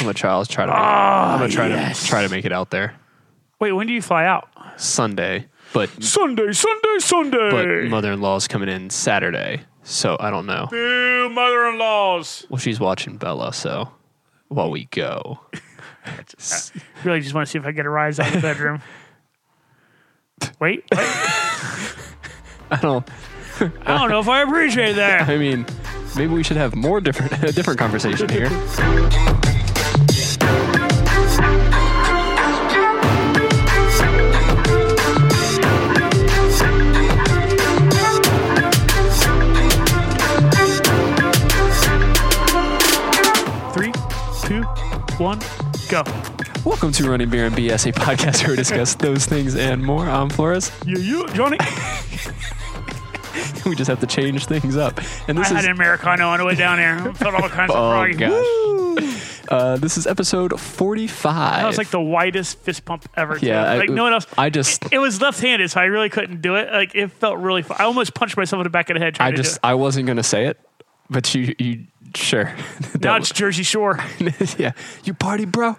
I'm gonna try. I'll try to. Make, I'm Ah, gonna try to try to make it out there Wait, when do you fly out? Sunday, but Sunday, Sunday, but Sunday. mother-in-law's coming in Saturday, so I don't know. Two mother-in-laws. Well, she's watching Bella, so while we go, Really, just want to see if I get a rise out of the bedroom. Wait, what? I don't. I don't know if I appreciate that. I mean, maybe we should have more different a different conversation here. Three, two, one, go. Welcome to Running Beer and BS, a podcast where we discuss those things and more. I'm Flores. You, you, Johnny. I We just have to change things up, and this had is an Americano on the way down here. I felt all kinds of oh froggy. gosh. Woo! Uh, this is episode 45. That was like the widest fist pump ever. too. Yeah, I- like no one else. I just, it was left-handed, so I really couldn't do it. Like it felt really. Fu- I almost punched myself in the back of the head trying I just, to I wasn't gonna say it, but you, you, sure. That do it. Dodge Jersey Shore. yeah, you party, bro.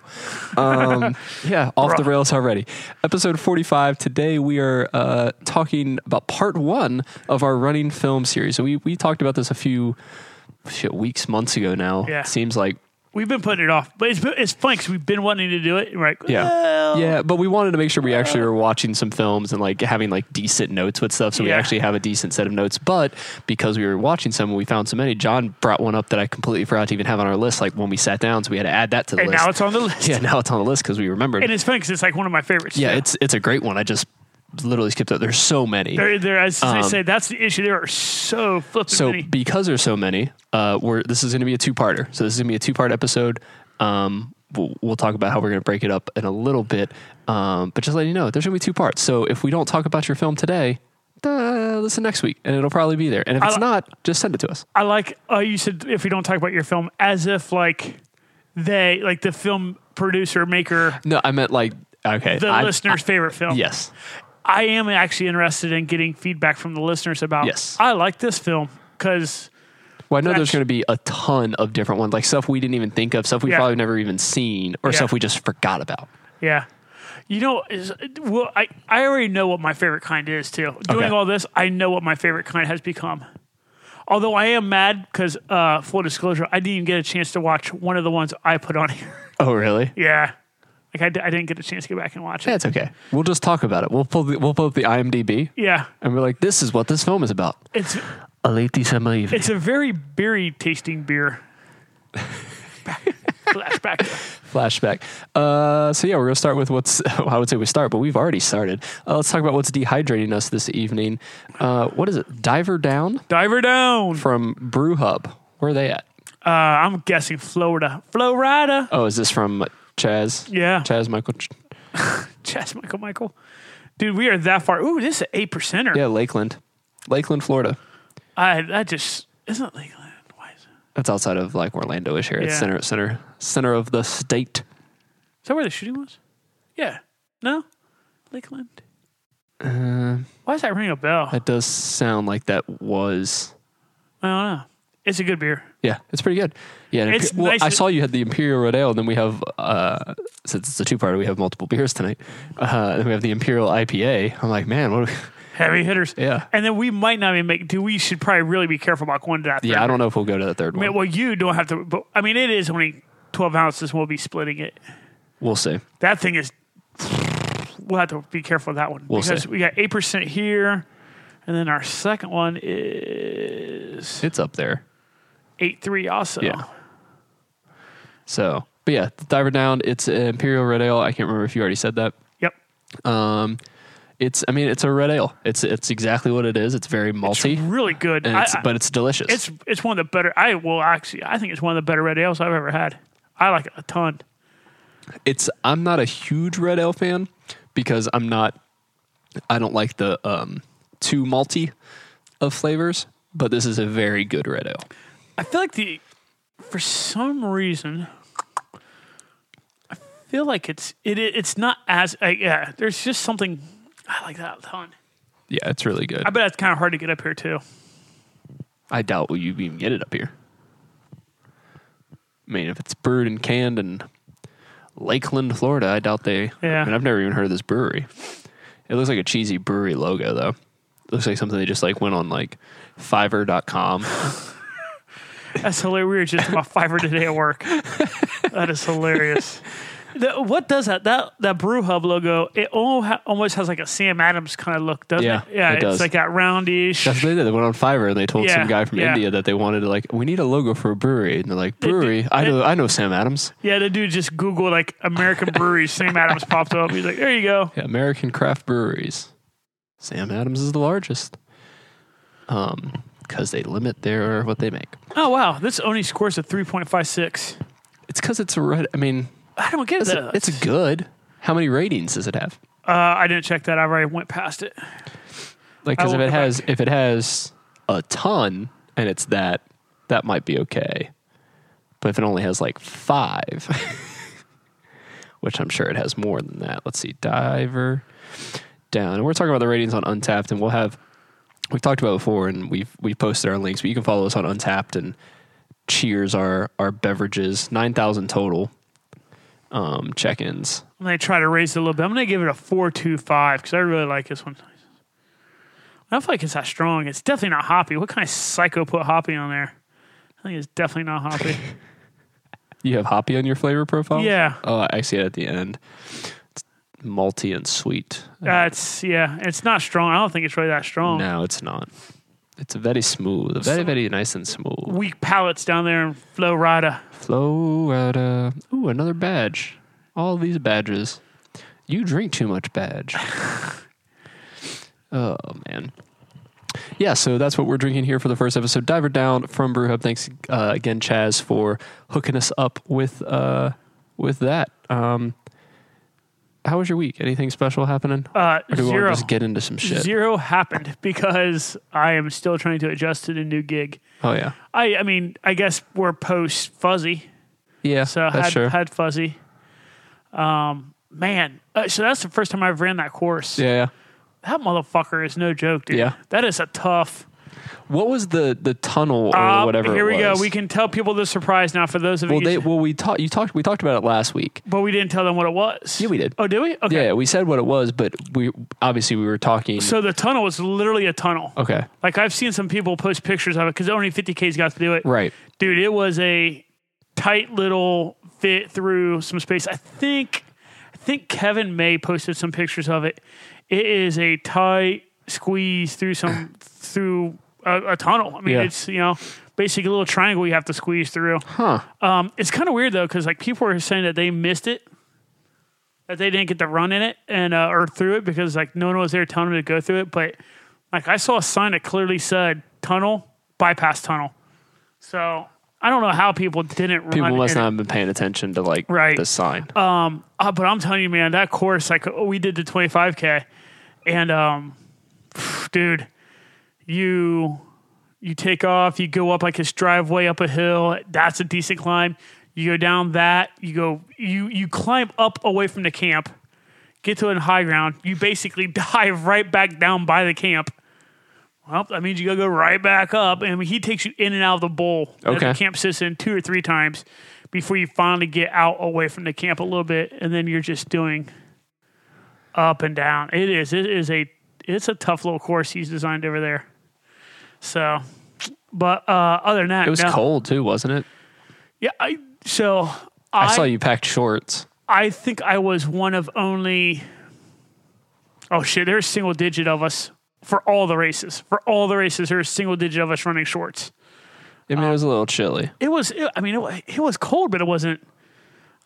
Um, yeah, off the rails already. Episode 45. Today we are uh, talking about part one of our running film series. So we, we talked about this a few shit, weeks, months ago now. Yeah. Seems like. We've been putting it off, but it's been, it's funny because we've been wanting to do it. And we're like, Yeah. well, uh, Yeah, but we wanted to make sure we actually were watching some films and like having like decent notes with stuff. So we Yeah. actually have a decent set of notes. But because we were watching some and we found so many, John brought one up that I completely forgot to even have on our list like when we sat down. So we had to add that to the "Eh." And list. now it's on the list. yeah, now it's on the list because we remembered. And it's funny because it's like one of my favorites. Yeah, it's it's a great one. I just literally skipped up. There's so many. There, there, as they say, that's the issue. There are so flipping Um, so many. because there's so many, uh, we're this is going to be a two parter. So this is going to be a two part episode. Um, we'll, we'll talk about how we're going to break it up in a little bit. Um, but just let you know, there's going to be two parts. So if we don't talk about your film today. Uh, listen next week, and it'll probably be there. And if it's li- not, just send it to us. I like uh, you said if we don't talk about your film, as if like they, like the film producer maker, No, I meant like okay, the I- listener's favorite I- film. yes, I am actually interested in getting feedback from the listeners about. Yes. I like this film because Well, I know there's That's- going to be a ton of different ones, like stuff we didn't even think of, stuff we Yeah. probably never even seen, or Yeah. stuff we just forgot about. Yeah. You know, is, well, I, I already know what my favorite kind is too. Doing Okay. all this, I know what my favorite kind has become. Although I am mad because, uh, full disclosure, I didn't even get a chance to watch one of the ones I put on here. Oh, really? yeah. Like, I, d- I didn't get a chance to go back and watch it. That's okay. We'll just talk about it. We'll pull the, we'll pull up the IMDb Yeah. and we're like, this is what this film is about. It's, A late December evening. it's a very beery tasting beer. Flashback. Flashback. Uh, so yeah, we're gonna start with what's. I would say we start, but we've already started. Uh, let's talk about what's dehydrating us this evening. Uh, what is it? Diver Down Diver down. from Brew Hub. Where are they at? Uh, I'm guessing Florida. Florida. Oh, is this from Chaz? Yeah. Chaz Michael. Ch- Chess, Michael, Michael. Dude, we are that far. Ooh, this is an eight percenter. Yeah, Lakeland, Lakeland, Florida. I that just isn't legal. Why is, it? That's outside of like Orlando-ish here. It's Yeah. center, center, center of the state. is that where the shooting was? Yeah. No. Lakeland. Uh, Why does that ring a bell? I that does sound like that was. don't know. It's a good beer. Yeah, it's pretty good. Yeah, and It's Imper- well, nice I that- saw you had the Imperial Rodeo, and then we have uh, since it's a two parter, we have multiple beers tonight. Uh, and we have the Imperial IPA. I'm like, man, what? Are we- Heavy hitters. Yeah. And then we might not even make. Do we should probably really be careful about going to that. Yeah, I don't know if we'll go to that third one. Well, you don't have to. But I mean, it is only twelve ounces. We'll be splitting it. We'll see. That thing is. We'll have to be careful of that one We'll because see. we got eight percent here, and then our second one is It's up there. eight three also. Yeah. Oh. So, but yeah, Diver Down. It's an Imperial Red Ale. I can't remember if you already said that. Yep. Um, it's. I mean, it's a red ale. It's. It's exactly what it is. It's very malty, Really good. and it's, I- I- but it's delicious. it's it's one of the better. I well actually I think it's one of the better red ales I've ever had. I like it a ton. it's I'm not a huge red ale fan because I'm not I don't like the um too malty of flavors, but this is a very good red ale. I feel like the for some reason I feel like it's it it- it's not as I, yeah. There's just something I like that a ton. Yeah, it's really good. I bet it's kind of hard to get up here too. I doubt will you even get it up here. I mean, if it's brewed and canned in Lakeland, Florida, I doubt they. Yeah. I mean, I've never even heard of this brewery. It looks like a cheesy brewery logo, though. It looks like something they just like went on like Fiverr.com. That's hilarious. We were just about Fiverr today at work. That is hilarious. The- what does that? That that Brew Hub logo. It almo- almost has like a Sam Adams kind of look, doesn't Yeah, it? Yeah, it it's does. like that roundish. That's what they did. They went on Fiverr and they told Yeah, some guy from yeah. India that they wanted to like, we need a logo for a brewery, and they're like, brewery. I know, I know Sam Adams, Yeah, the dude just Googled like American breweries. Sam Adams popped up. He's like, there you go. yeah, American craft breweries. Sam Adams is the largest, um, because they limit their what they make. Oh wow, this only scores a three point five six. It's because it's a red. I mean, I don't get it's, that. it's good. How many ratings does it have? uh, I didn't check that. I already went past it. Like, I because if will it go back. has, if it has a ton and it's that, that might be okay. But if it only has like five, which I'm sure it has more than that. Let's see, diver down, and we're talking about the ratings on Untapped, and we'll have we've talked about it before, and we've we've posted our links, but you can follow us on Untapped and Cheers our our beverages, nine thousand total um, check-ins. I'm gonna try to raise it a little bit. I'm gonna give it a four two five because I really like this one. I don't feel like it's that strong. It's definitely not hoppy. What kind of psycho put hoppy on there? I think it's definitely not hoppy. You have hoppy on your flavor profile? Yeah. Oh, I see it at the end. It's malty and sweet. That's yeah. It's not strong. I don't think it's really that strong. No, it's not. It's very smooth. Very, very nice and smooth. Weak palates down there in Florida. Florida. Ooh, another badge. All these badges. You drink too much badge. oh, man. Yeah, so that's what we're drinking here for the first episode. Diver Down from Brew Hub. Thanks uh, again, Chaz, for hooking us up with uh, with that. Um, how was your week? Anything special happening? Uh, or do we zero. want to just get into some shit? Zero happened because I am still trying to adjust to the new gig. Oh, yeah. I I mean I guess we're post fuzzy. Yeah, So I that's had, sure. had fuzzy. Um, man, uh, so that's the first time I've ran that course. yeah, yeah. That motherfucker is no joke, dude. Yeah. that is a tough. What was the, the tunnel or Uh, whatever Here it we go. was? We can tell people the surprise now. For those of Well, you, they well we talked. You talked. We talked about it last week. but we didn't tell them what it was. Yeah, we did. Oh, did we? Okay. Yeah, we said what it was, but we obviously we were talking. So the tunnel is literally a tunnel. okay, Like I've seen some people post pictures of it because only 50k's got to do it. right. dude it was a tight little fit through some space i think i think kevin may posted some pictures of it it is a tight squeeze through some through a, a tunnel i mean Yeah. it's you know basically a little triangle you have to squeeze through Huh. um, it's kind of weird though because like people are saying that they missed it that they didn't get to run in it and uh, or through it because like no one was there telling them to go through it but like i saw a sign that clearly said tunnel bypass tunnel so i don't know how people didn't People run must in not it. have been paying attention to like Right. the sign. Uh, but i'm telling you man that course like we did the 25k and um dude you you take off, you go up like this driveway up a hill. That's a decent climb. You go down that, you go you you climb up away from the camp, get to a high ground. You basically dive right back down by the camp. Well, that means you gotta go right back up. And he takes you in and out of the bowl Okay. that the camp sits in two or three times before you finally get out away from the camp a little bit, and then you're just doing up and down. It is. It is a it's a tough little course he's designed over there. So, but uh, other than that, it was no. cold too, wasn't it? Yeah. I, so I, I I, saw you packed shorts. think I was one of only. Oh shit! There's a single digit of us for all the races. For all the races, there's a single digit of us running shorts. I Uh, mean, it was a little chilly. It was. It, I mean, it, wa- it was cold, but it wasn't.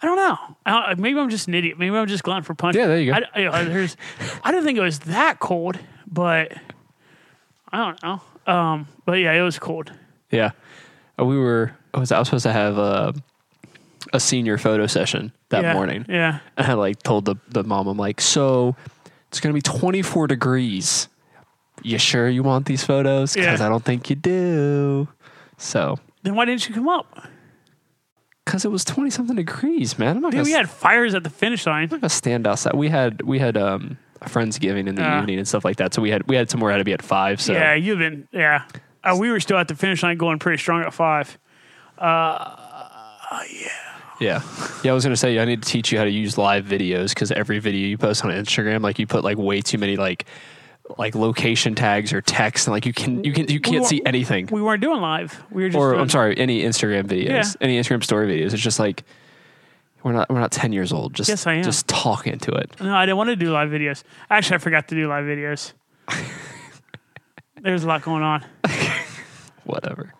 I don't know. I don't, maybe I'm just an idiot. Maybe I'm just glutton for punishment. Yeah, there you go. I, I, I- there's, I didn't think it was that cold, but I don't know. Um, but yeah, it was cold. Yeah, Uh, we were. I was, I was supposed to have a a senior photo session that yeah, morning, Yeah. and I like told the the mom, I'm like, so it's gonna be 24 degrees. You sure you want these photos? Because Yeah. I don't think you do. So Then why didn't you come up? Cause it was twenty something degrees, man. I'm not Dude, gonna, we had fires at the finish line. I'm not gonna stand outside. We had we had um a friendsgiving in the Ah. evening and stuff like that. So we had we had somewhere had to be at five. So Yeah, you've been. Yeah, uh, we were still at the finish line, going pretty strong at five. Uh, oh yeah. Yeah. Yeah, I was going to say, I need to teach you how to use live videos because every video you post on Instagram, like you put like way too many like like location tags or text and like you can you can you can't wa- see anything We weren't doing live. We were just. or doing, I'm sorry any Instagram videos Yeah. any Instagram story videos it's just like we're not we're not 10 years old just Yes, I am. just talk into it No, I didn't want to do live videos. Actually, I forgot to do live videos. There's a lot going on. whatever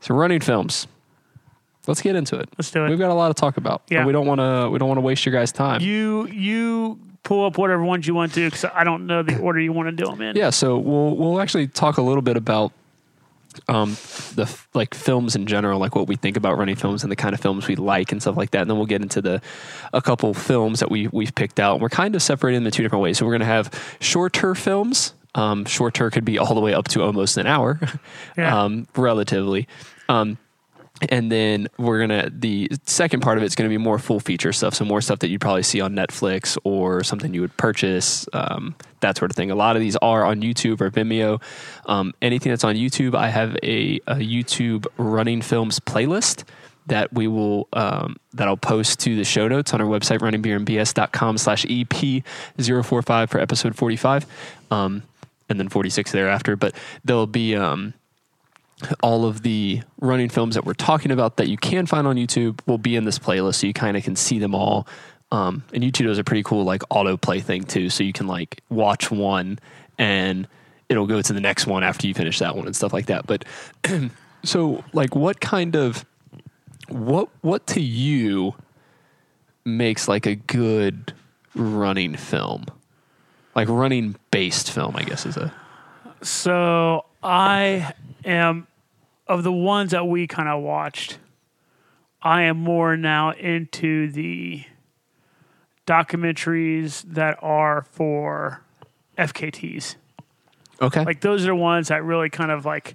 so running films let's get into it Let's do it. we've got a lot to talk about Yeah. and we don't want to we don't want to waste your guys time You you pull up whatever ones you want to because I don't know the order you want to do them in. Yeah, so we'll we'll actually talk a little bit about um the f- like films in general, like what we think about running films and the kind of films we like and stuff like that. And then we'll get into the a couple films that we we've picked out. And we're kind of separating them in two different ways. So we're gonna have shorter films. Um, shorter could be all the way up to almost an hour, Yeah. um, relatively. Um, and then we're gonna the second part of it's gonna be more full feature stuff, so more stuff that you'd probably see on Netflix or something you would purchase, um, that sort of thing. A lot of these are on YouTube or Vimeo. Um, anything that's on YouTube, I have a, a YouTube running films playlist that we will um, that I'll post to the show notes on our website runningbeerandbs.com slash E ep045 for episode 45 um, and then 46 thereafter but there'll be um, all of the running films that we're talking about that you can find on YouTube will be in this playlist, so you kind of can see them all. Um, and YouTube does a pretty cool like autoplay thing too, so you can like watch one and it'll go to the next one after you finish that one and stuff like that. But so like, what kind of what what to you makes like a good running film, like running based film? I guess is a So I am of the ones that we kind of watched. I am more now into the documentaries that are for FKTs. okay, Like those are the ones that really kind of like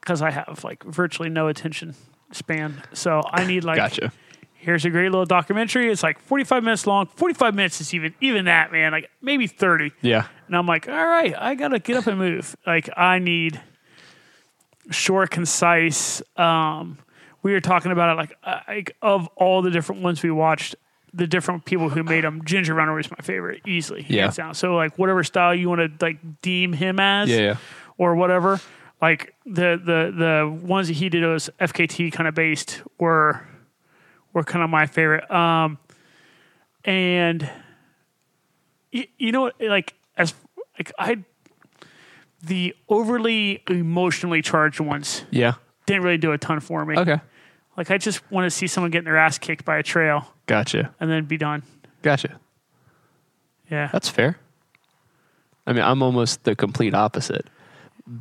because I have like virtually no attention span, so I need like gotcha. here's a great little documentary. It's like 45 minutes long. 45 minutes is even even that man, like maybe 30. Yeah, And I'm like, all right, I gotta get up and move. Like I need short, concise. Um, we were talking about it, like, I- like of all the different ones we watched, the different people who made them. Ginger Runner was my favorite, easily, Yeah. hands down. So like whatever style you want to like deem him as, yeah, yeah. or whatever. Like the the the ones that he did was FKT kind of based were were kind of my favorite. Um, and you, you know, what, like as like I the overly emotionally charged ones yeah. didn't really do a ton for me. Okay. Like I just want to see someone getting their ass kicked by a trail Gotcha. and then be done. Gotcha. Yeah. That's fair. I mean, I'm almost the complete opposite.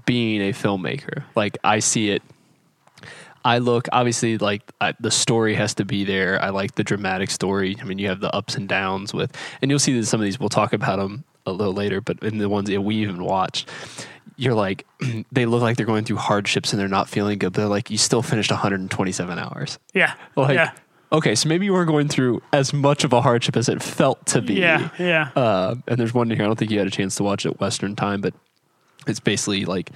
Being a filmmaker, like I see it, I look obviously like I, the story has to be there. I like the dramatic story. I mean, you have the ups and downs with, and you'll see that some of these we'll talk about them a little later. But in the ones that we even watched, you're like, they look like they're going through hardships and they're not feeling good. But they're like, you still finished 127 hours. Yeah. Like, yeah. okay, so maybe you were going through as much of a hardship as it felt to be. Yeah. Yeah. Uh, and there's one here. I don't think you had a chance to watch it Western time, but it's basically like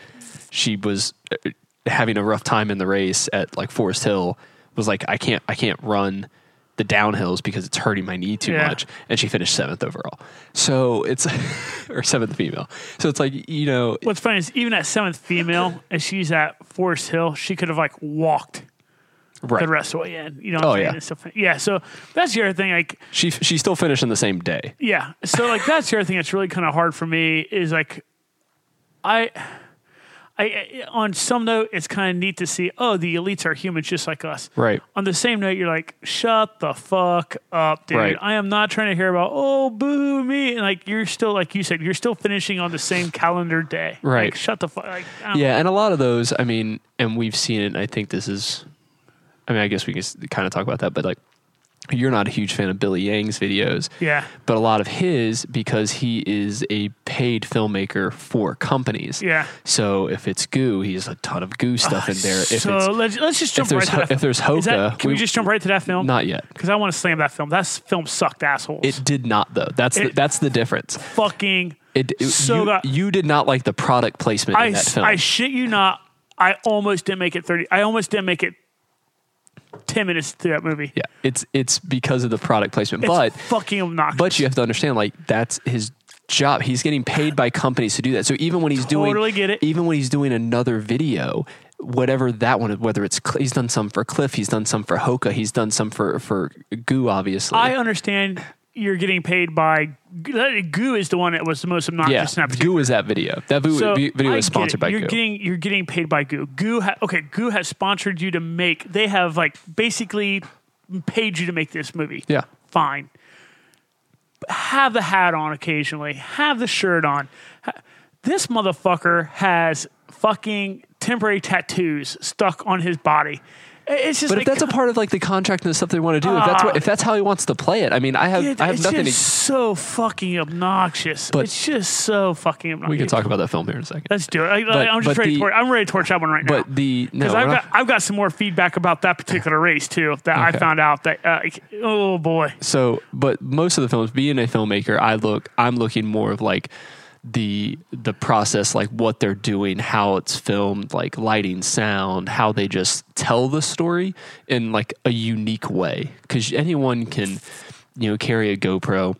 she was uh, having a rough time in the race at like Forest Hill. Was like, I can't, I can't run the downhills because it's hurting my knee too Yeah. much. And she finished seventh overall. So it's or seventh female. So it's like you know, What's funny is even at seventh female, and she's at Forest Hill, she could have like walked right? the rest of the way in. You know, what Oh, I'm saying? yeah. And stuff. yeah. So that's the other thing. Like, She she still finished in the same day. yeah. So like that's the other thing that's really kind of hard for me is like, I, I on some note, it's kind of neat to see. Oh, the elites are humans just like us. Right. On the same note, you're like, shut the fuck up, dude. Right. I am not trying to hear about oh boo me and like you're still like you said you're still finishing on the same calendar day. Right. Like, shut the fuck. Like, I don't- Yeah, and a lot of those, I mean, and we've seen it. And I think this is, I mean, I guess we can kind of talk about that, but like, you're not a huge fan of Billy Yang's videos, Yeah. but a lot of his because he is a paid filmmaker for companies. Yeah. Ah, So if it's goo, he has a ton of goo stuff in there. If so it's let's, let's just if jump right there's to ho- that. if there's Is that, Hoka, can we, just jump right to that film? not yet. because I want to slam that film. That s- film sucked, assholes. It did not though. That's the, It- that's the difference. fucking. It, it- So you, that- you did not like the product placement I in that s- film. I shit you not. I almost didn't make it thirty. I almost didn't make it ten minutes through that movie. Yeah, it's it's because of the product placement, It's but fucking obnoxious. but you have to understand like that's his job. He's getting paid by companies to do that. So even when he's Totally doing get it. even when he's doing another video, whatever that one, whether it's Cl- he's done some for Cliff, he's done some for Hoka, he's done some for for Goo, obviously. I understand you're getting paid by uh, Goo is the one that was the most obnoxious yeah, in that Goo is that video. That vo- So, video I is get sponsored it. by you're Goo. Getting, you're getting paid by Goo. Goo, ha- okay, Goo has sponsored you to make. They have like basically paid you to make this movie. yeah, fine. Have the hat on occasionally. Have the shirt on. Ha- This motherfucker has fucking temporary tattoos stuck on his body. I- It's just but like, if that's a part of like the contract and the stuff they want to do, if that's what, if that's how he wants to play it, I mean, I have it- I have it's nothing. just to, so fucking obnoxious. But- it's just so fucking obnoxious. we can talk about that film here in a second. Let's do it. I, am but just ready. the- to tor- I'm ready to torch that one right now. But the no, Because we're I've not- got I've got some more feedback about that particular race too that I Okay. Mm-hmm. found out that uh, oh boy So, but most of the films, being a filmmaker, I look, I'm looking more of like the the process, like what they're doing, how it's filmed, like lighting, sound, how they just tell the story in like a unique way. Because anyone can, you know, carry a GoPro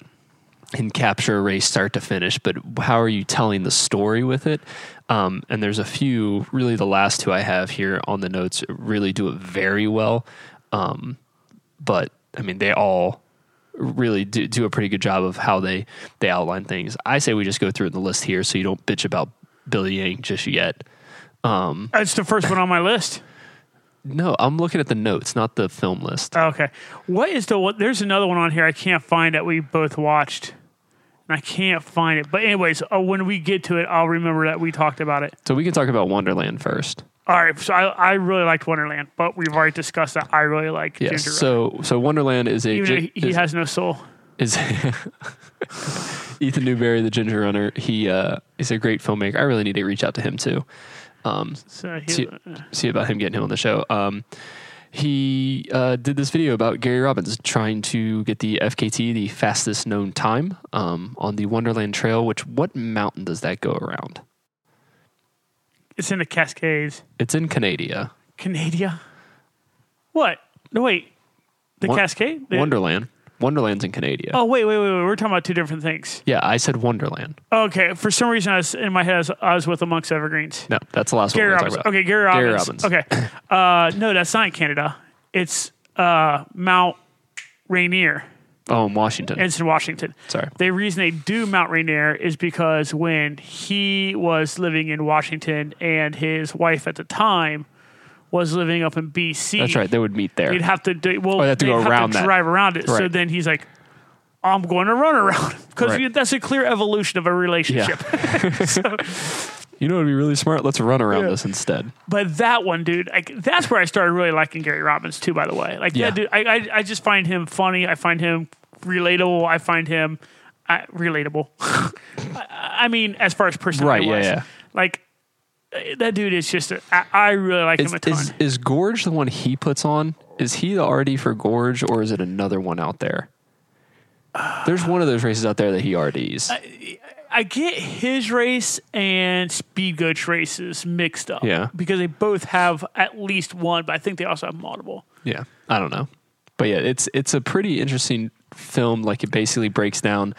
and capture a race start to finish, but how are you telling the story with it? Um, and there's a few, really, the last two I have here on the notes really do it very well. Um, but I mean, they all really do, do a pretty good job of how they they outline things. I say we just go through the list here, so you don't bitch about Billy Yang just yet. that's the first one on my list. No, I'm looking at the notes, not the film list. Oh, Okay. What is the what? There's another one on here I can't find that we both watched. And I can't find it. But, anyways, uh, when we get to it, I'll remember that we talked about it. So we can talk about Wonderland first. All right. So, I, I really liked Wonderland, but we've already discussed that. I really like Yes. Ginger. so so Wonderland is a Even though gi- he, he is- has no soul. is Ethan Newberry, the Ginger Runner. He uh, is a great filmmaker. I really need to reach out to him too. Um, So, he, uh, See, see about him getting him on the show. Um, he uh, did this video about Gary Robbins trying to get the FKT, the fastest known time, um, on the Wonderland Trail. Which what mountain does that go around? it's in the Cascades. It's in Canada, Canada? What? No, wait. The Won- Cascade? The- Wonderland. Wonderland's in Canada. Oh, wait, wait, wait, wait. We're talking about two different things. Yeah, I said Wonderland. Okay. For some reason, I was, in my head, I was, I was with Amongst Evergreens. No, that's the last Gary one. we're Robbins. talking about. Okay, Gary Robbins. Gary Robbins. Okay. Uh, no, that's not in Canada. It's uh, Mount Rainier. Oh, in Washington. It's in Washington. Sorry. The reason they do Mount Rainier is because when he was living in Washington and his wife at the time was living up in BC. That's right. They would meet there. They'd have to do, well, they'd have to go they'd around that. drive around it. So Right. then he's like, I'm going to run around because Right. that's a clear evolution of a relationship. You know, it'd be really smart. Let's run around this instead. But that one, dude, like that's where I started really liking Gary Robbins too. By the way, like Yeah. that dude, I, I I just find him funny. I find him relatable. I find him uh, relatable. I, I mean, as far as Right, personality yeah, wise. yeah. like uh, that dude is just. A, I, I really like Is, him a ton. is is Gorge the one he puts on? Is he the RD for Gorge, or is it another one out there? There's one of those races out there that he RDs. I get his race and Speed Goat's races mixed up. Yeah. because they both have at least one, but I think they also have multiple. yeah, I don't know, but yeah, it's it's a pretty interesting film. Like it basically breaks down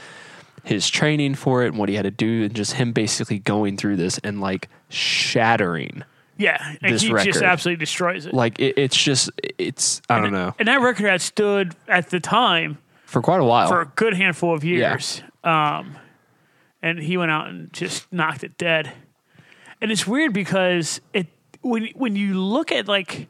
his training for it and what he had to do, and just him basically going through this and like shattering. Yeah, and This he just record. absolutely destroys it. Like it, it's just it's I don't know and that record had stood at the time for quite a while. for a good handful of years. Um, and he went out and just knocked it dead. And it's weird because it when when you look at like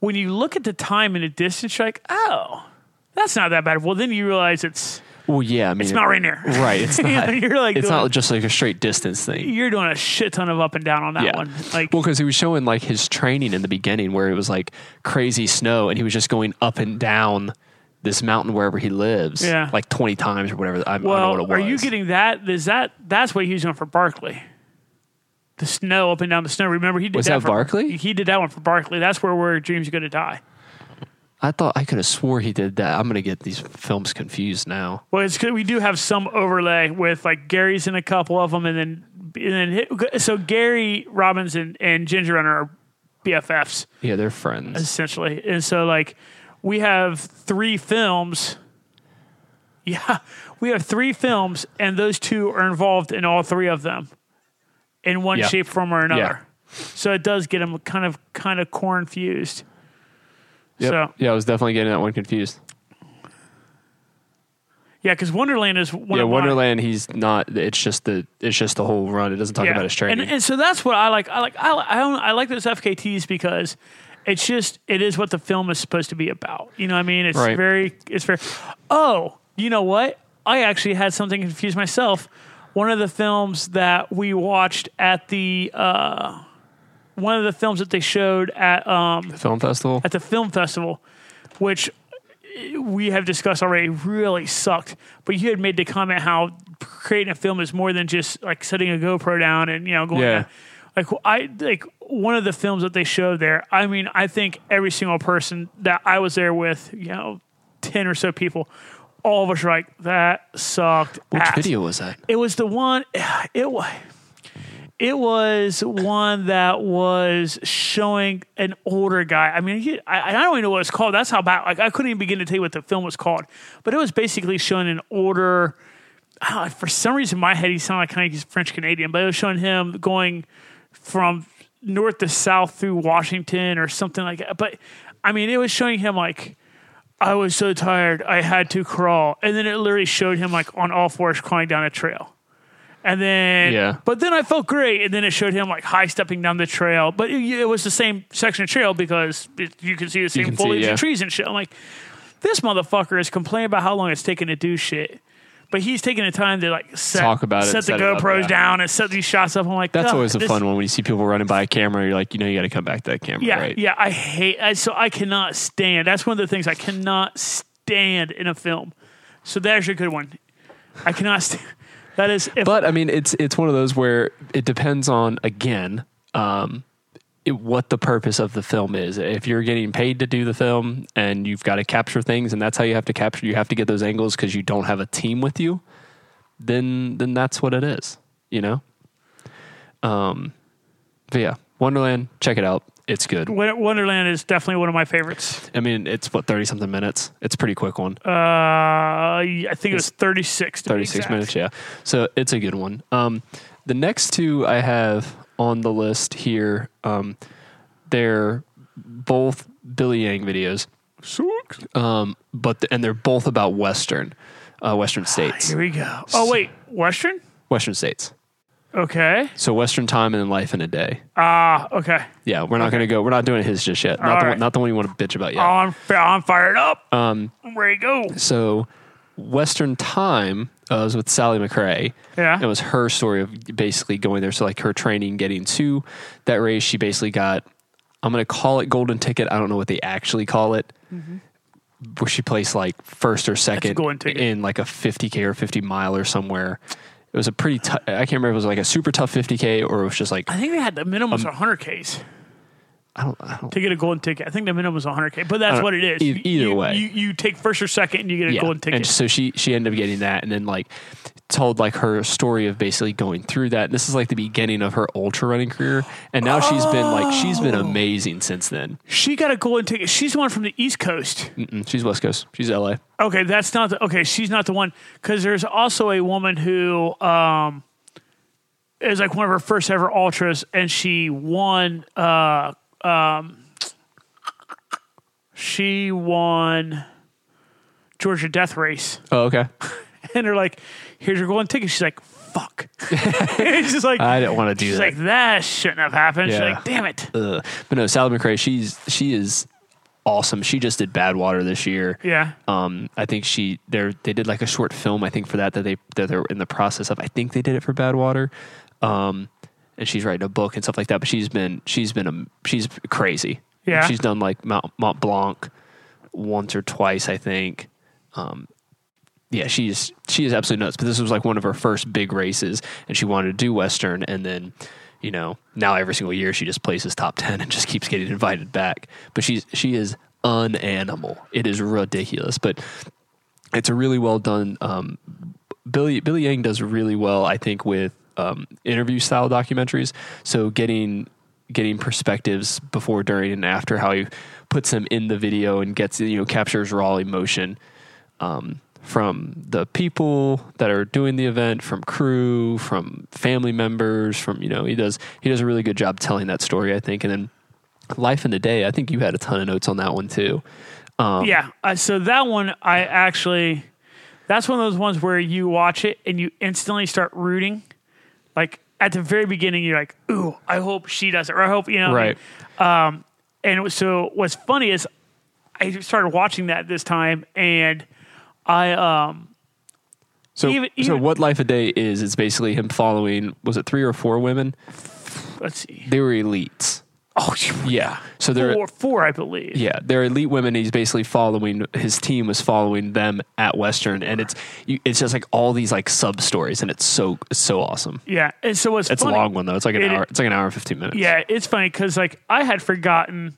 when you look at the time and the distance, you're like, oh, that's not that bad. Well, then you realize it's well, yeah, I mean, it's not right near. right. It's You not. know, you're like it's doing- not just like a straight distance thing. You're doing a shit ton of up and down on that Yeah. one. Like, Well, because he was showing like his training in the beginning where it was like crazy snow and he was just going up and down this mountain wherever he lives, Yeah. like 20 times or whatever. I, I don't know well, what it are was. you getting that? Is that that's what he was doing for Barkley? The snow up and down the snow. Remember, he did Was that for, Barkley? He did that one for Barkley. That's where where Dreams Gonna Die. I thought I could have swore he did that. I'm going to get these films confused now. Well, it's 'cause we do have some overlay with like Gary's in a couple of them, and then and then so Gary Robbins and, and Ginger Runner are BFFs Yeah, they're friends. essentially. And so like we have three films. Yeah, we have three films, and those two are involved in all three of them, in one Yeah. shape, form, or another. Yeah. So it does get them kind of kind of confused. Yep. So Yeah, I was definitely getting that one confused. yeah, because Wonderland is one yeah, of mine. Wonderland. He's not. It's just the. It's just the whole run. It doesn't talk about his training. And, and so that's what I like. I like I I, don't, I like those FKTs because it's just it is what the film is supposed to be about. You know what I mean? It's Right. very it's very Oh, you know what? I actually had something confused myself. One of the films that we watched at the uh one of the films that they showed at um Film festival. at the film festival, which we have discussed already, really sucked. But you had made the comment how creating a film is more than just like setting a GoPro down and you know going. Yeah. Like I like one of the films that they showed there. I mean, I think every single person that I was there with, you know, ten or so people, all of us were like, "That sucked." Which ass." video was that? It was the one. It was. It was one that was showing an older guy. I mean, he, I, I don't even know what it's called. That's how bad. Like, I couldn't even begin to tell you what the film was called. But it was basically showing an older. I don't know, for some reason, in my head he sounded like kind of he's French Canadian, but it was showing him going from north to south through Washington or something like that. But I mean, it was showing him like I was so tired I had to crawl, and then it literally showed him like on all fours crawling down a trail, and then Yeah. but then I felt great, and then it showed him like high stepping down the trail, but it, it was the same section of trail because it, you can see the same can see, foliage yeah. and trees and shit. I'm like, this motherfucker is complaining about how long it's taken to do shit. But he's taking the time to like set, Talk about it, set the set it up, GoPros yeah. down and set these shots up. I'm like, That's "Ugh, always a this- fun one when you see people running by a camera. You're like, you know, you got to come back to that camera, yeah, right? yeah. I hate. I, so I cannot stand. That's one of the things I cannot stand in a film. So there's a good one. I cannot stand. That is, if, But I mean, it's it's one of those where it depends on again, um, it, what the purpose of the film is. If you're getting paid to do the film and you've got to capture things, and that's how you have to capture, you have to get those angles because you don't have a team with you. Then then that's what it is, you know. Um, but yeah, Wonderland, check it out. It's good. Won- Wonderland is definitely one of my favorites. I mean, it's what thirty something minutes. It's a pretty quick one. Uh, I think it was 36. to be 36 exact. minutes yeah so it's a good one um, the next two i have on the list here um, they're both billy yang videos um, but and they're both about western uh, western states Ah, Here we go. Oh wait, Western. western states Okay. so western time and life in a day Ah. okay. yeah we're not gonna go we're not doing his just yet not, the one, right. not the one you want to bitch about yet Oh, I'm fi- I'm fired up. Um, I'm ready to go. so western time uh, was with sally mccrae Yeah. It was her story of basically going there. So like her training, getting to that race, she basically got. I'm gonna call it golden ticket. I don't know what they actually call it. Where she placed like first or second Mm-hmm. golden ticket. in like a 50k or 50 mile or somewhere. It was a pretty. T- I can't remember. if It was like a super tough 50k or it was just like I think they had the minimum was 100 Ks Um, I don't. I don't to get a golden ticket. I think the minimum was 100 K, but that's Uh, what it is. e- either You- way. you, you take first or second, and you get a yeah. golden ticket. And so she she ended up getting that, and then like told like her story of basically going through that. This is like the beginning of her ultra running career, and now she's been like she's Oh. been amazing since then. she got a golden ticket. She's the one from the East Coast. Mm, She's West Coast. She's LA. Okay, that's not the okay. She's not the one because there's also a woman who um is like one of her first ever ultras, and she won. Uh, um, she won Georgia Death Race, Oh, okay. and they're like, "Here's your golden ticket." She's like, "Fuck!" it's just like I didn't want to do she's that. like that shouldn't have happened. Yeah. She's like, "Damn it!" Ugh. But no, Sally McRae, she's she is awesome. She just did Bad Water this year. Yeah, Um, I think she they they did like a short film. I think for that that they that they're in the process of. I think they did it for Bad Water. Um, and she's writing a book and stuff like that. But she's been she's been um she's crazy. Yeah. she's done like Mount Mont Blanc once or twice, I think. Um, yeah, she's she is absolutely nuts. But this was like one of her first big races, and she wanted to do Western, and then you know now every single year she just places top ten and just keeps getting invited back. But she's she is an animal. It is ridiculous, but it's a really well done. Um, Billy Billy Yang does really well, I think, with um, interview style documentaries. So getting getting perspectives before, during, and after, how he puts him in the video and gets, you know, captures raw emotion um, from the people that are doing the event, from crew, from family members, from, you know, he does, he does a really good job telling that story, I think. And then Life in the Day, I think you had a ton of notes on that one too. Um, yeah. Uh, so that one, I actually, that's one of those ones where you watch it and you instantly start rooting. Like at the very beginning, you're like, "Ooh, I hope she does it," or "I hope you know." what I mean? Right. And it was- so what's funny is I started watching that this time and I um So, Even- so even- what life a day is? It's basically him following. Was it three or four women? let's see. They were elites. Oh, Yeah. So they're four, four I believe. yeah they're elite women. He's basically following his team was following them at Western, and it's you, it's just like all these like sub stories, and it's so it's so awesome. Yeah. And so what's It's funny, a long one though. It's like an It- hour. It's like an hour and fifteen minutes. Yeah, it's funny cuz like I had forgotten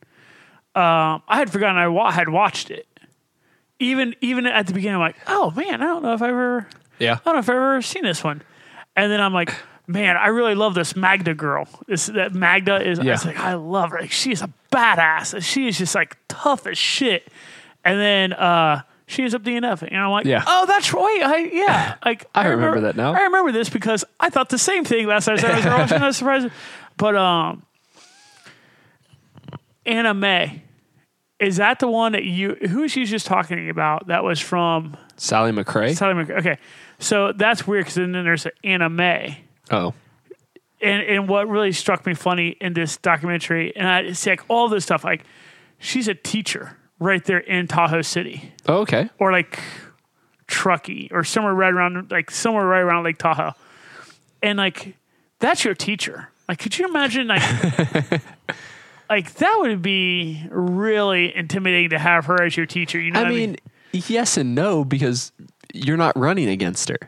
um I had forgotten I wa- had watched it. Even even at the beginning I'm like, "Oh man, I don't know if I ever yeah. I don't know if I've ever seen this one. And then I'm like, man, I really love this Magda girl. This that Magda is. I Yeah. was like, I love her. Like, she is a badass. And she is just like tough as shit. And then uh, she ends up DNF. And I'm like, Yeah. oh, that's right. I, yeah, like I remember that now. I remember this because I thought the same thing last time I was watching. I was surprised, but um, Anna May. Is that the one that you? Who she was just talking about? That was from Sally McRae. Sally Mc- Okay, so that's weird because then there's Anna May, Oh, and and what really struck me funny in this documentary, and I see like all this stuff, like she's a teacher right there in Tahoe City, oh okay. or like Truckee, or somewhere right around like somewhere right around Lake Tahoe, and like that's your teacher. Like, could you imagine like. Like that would be really intimidating to have her as your teacher. You know, I what mean, yes and no because you're not running against her.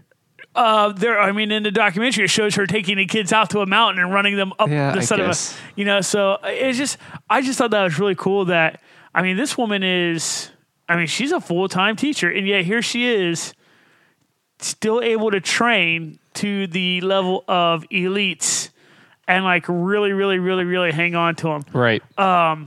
Uh, there, I mean, in the documentary, it shows her taking the kids out to a mountain and running them up Yeah, the I side of a, guess. you know. So uh, it's just, I just thought that was really cool. That I mean, this woman is, I mean, she's a full time teacher, and yet here she is, still able to train to the level of elites, and like really, really, really, really hang on to them. Right. The-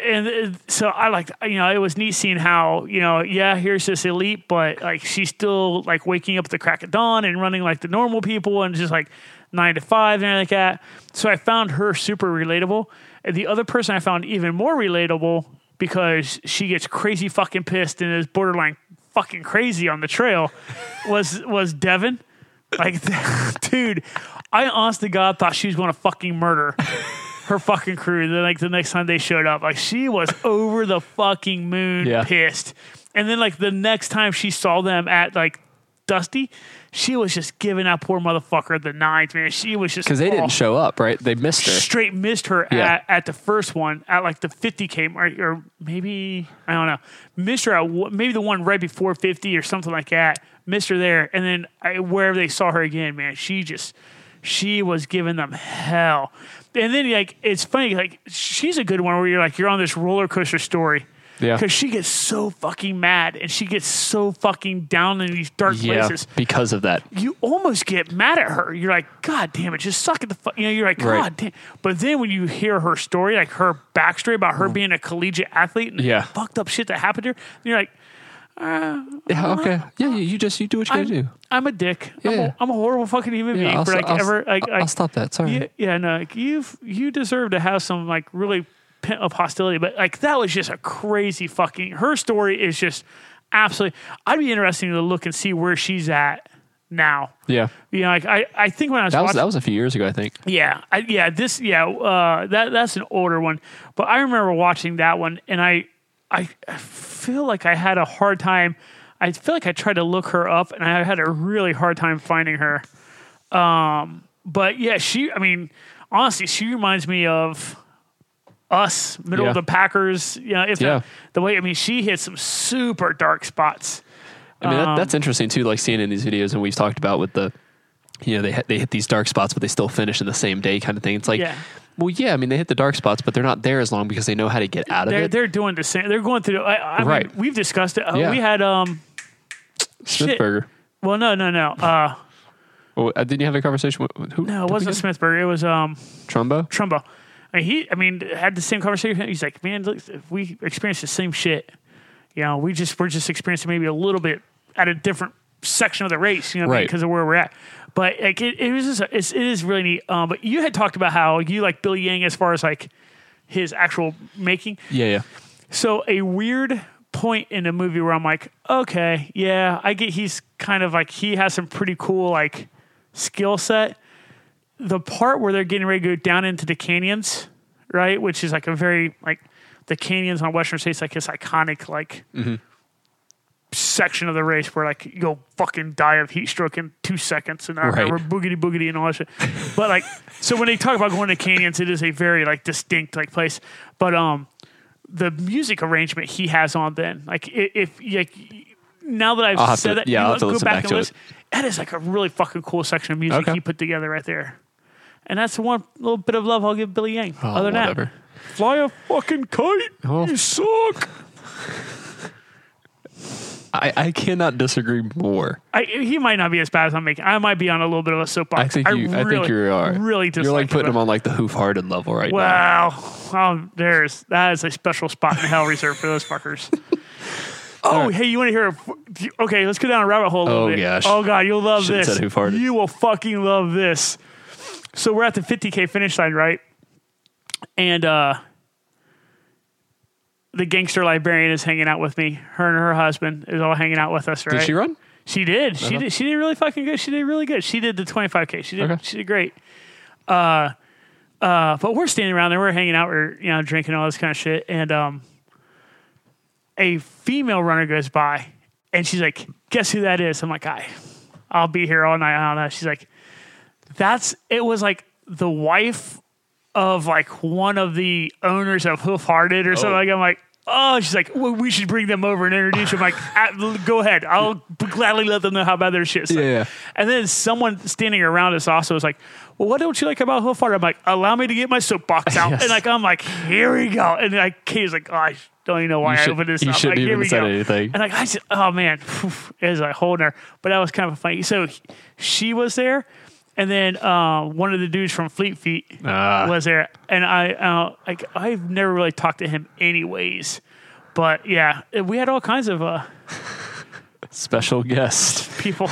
and uh, so I like you know it was neat seeing how you know yeah here's this elite but like she's still like waking up at the crack of dawn and running like the normal people and just like nine to five and everything like that. So I found her super relatable. And the other person I found even more relatable because she gets crazy fucking pissed and is borderline fucking crazy on the trail was was Devin. Like, dude, I honest to God thought she was going to fucking murder her fucking crew. Then, like, the next time they showed up, like, she was over the fucking moon Yeah. pissed. And then, like, the next time she saw them at, like, Dusty, she was just giving that poor motherfucker the nines, man. She was just. Because they oh, didn't show up. Right. They missed her. Straight missed her Yeah. at, at the first one at like the 50k mark, or maybe I don't know. Missed her at wh- maybe the one right before 50 or something like that. Missed her there, and then I, wherever they saw her again, man, she just she was giving them hell. And then like it's funny, like she's a good one where you're like you're on this roller coaster story. Yeah. Because she gets so fucking mad and she gets so fucking down in these dark Yeah. places Because of that. you almost get mad at her. You're like, God damn it, just suck at the fuck. You know, you're like, God Right. damn. But then when you hear her story, like her backstory about her being a collegiate athlete and Mm. Yeah. the fucked up shit that happened to her, you're like, Yeah. Okay. Yeah. You you just you do what you I'm, gotta do. I'm a dick. I'm, Yeah. a, I'm a horrible fucking human being I'll for st- like I'll st- ever. Like, I'll, I'll like, stop that. Sorry. yeah, yeah, no, like you've you deserve to have some like really pent up hostility, but like that was just a crazy fucking. Her story is just absolutely. I'd be interesting to look and see where she's at now. Yeah. You know, like I, I think when I was That was watching, that was a few years ago, I think. Yeah, I, yeah, this, yeah, uh, that that's an older one, but I remember watching that one, and I, I I feel like I had a hard time. I feel like I tried to look her up, and I had a really hard time finding her. Um, but yeah, she, I mean, honestly, she reminds me of us, middle of Yeah. the Packers. You know, if Yeah. not the way, I mean, she hit some super dark spots. I mean, that, Um, that's interesting too. Like seeing in these videos, and we've talked about with the, you know, they hit- they hit these dark spots, but they still finish in the same day, kind of thing. It's like, Yeah. well, yeah. I mean, they hit the dark spots, but they're not there as long because they know how to get out of They're it. they're doing the same. They're going through. I, I mean, Right. we've discussed it. Uh, Yeah. We had um. shit. Smithburger. Well, no, no, no. Uh, Oh, uh, didn't you have a conversation with- with who? no, did it we wasn't get? Smithburg. It was um Trumbo. Trumbo. I mean, he, I mean, had the same conversation. He's like, man, look, if we experienced the same shit. You know, we just we're just experiencing maybe a little bit at a different section of the race. You know, Right. because of where we're at. But like, it, it was just it's, it is really neat. Um, but you had talked about how you like Billy Yang as far as like his actual making. Yeah, yeah. So a weird point in a movie where I'm like, okay, yeah, I get he's kind of like he has some pretty cool like skill set. The part where they're getting ready to go down into the canyons, right, which is like a very like the canyons on Western States like this iconic like section of the race where like you'll fucking die of heat stroke in two seconds and Right. or boogity boogity and all that shit. But like so when they talk about going to canyons, it is a very like distinct like place. But um the music arrangement he has on then. Like i- if like now that I've I'll have said to- that, yeah, you I'll have to go listen back, back and to it. listen. That is like a really fucking cool section of music Okay. he put together right there. And that's the one little bit of love I'll give Billy Yang. Other than Oh, whatever. that, fly a fucking kite. Oh. You suck. I, I cannot disagree more. I, he might not be as bad as I'm making. I might be on a little bit of a soapbox. I think you. I, think you are. Really, dislike you're like putting him him on like the hoof hardened level right now. Wow. Um, there's that is a special spot in hell reserved for those fuckers. Oh, hey, you want to hear? A, f- okay, let's go down a rabbit hole a little Oh, bit. gosh. Oh god, you'll love Should've this. said who farted. You will fucking love this. So we're at the 50k finish line, right? And uh, the gangster librarian is hanging out with me. Her and her husband is all hanging out with us. Right? Did she run? Uh-huh. She did. She did. She did really fucking good. She did really good. She did the 25k. She did. Okay. She did great. Uh, uh, but we're standing around there. We're hanging out. We're you know drinking all this kind of shit. And um, a female runner goes by, and she's like, "Guess who that is?" I'm like, "I, I'll be here all night." I don't know. She's like, "That's." It was like the wife of like one of the owners of Hoof Hearted or something. Oh. Like I'm like. Oh, she's like, well, we should bring them over and introduce them. Like, "Ah, go ahead. I'll gladly let them know how bad their shit is. Yeah, yeah. And then someone standing around us also was like, well, what don't you like about Hoof Hearted? I'm like, allow me to get my soapbox out. Yes. And like, I'm like, here we go. And like, Katie's like, oh, I don't even know why You I should- opened this you up. shouldn't like, here even we said go. anything. And like, I said, oh man, it was like holding her. But that was kind of funny. So she was there. And then uh, one of the dudes from Fleet Feet Ah. was there, and I uh, like I've never really talked to him anyways, but yeah, we had all kinds of uh, Special guest. people.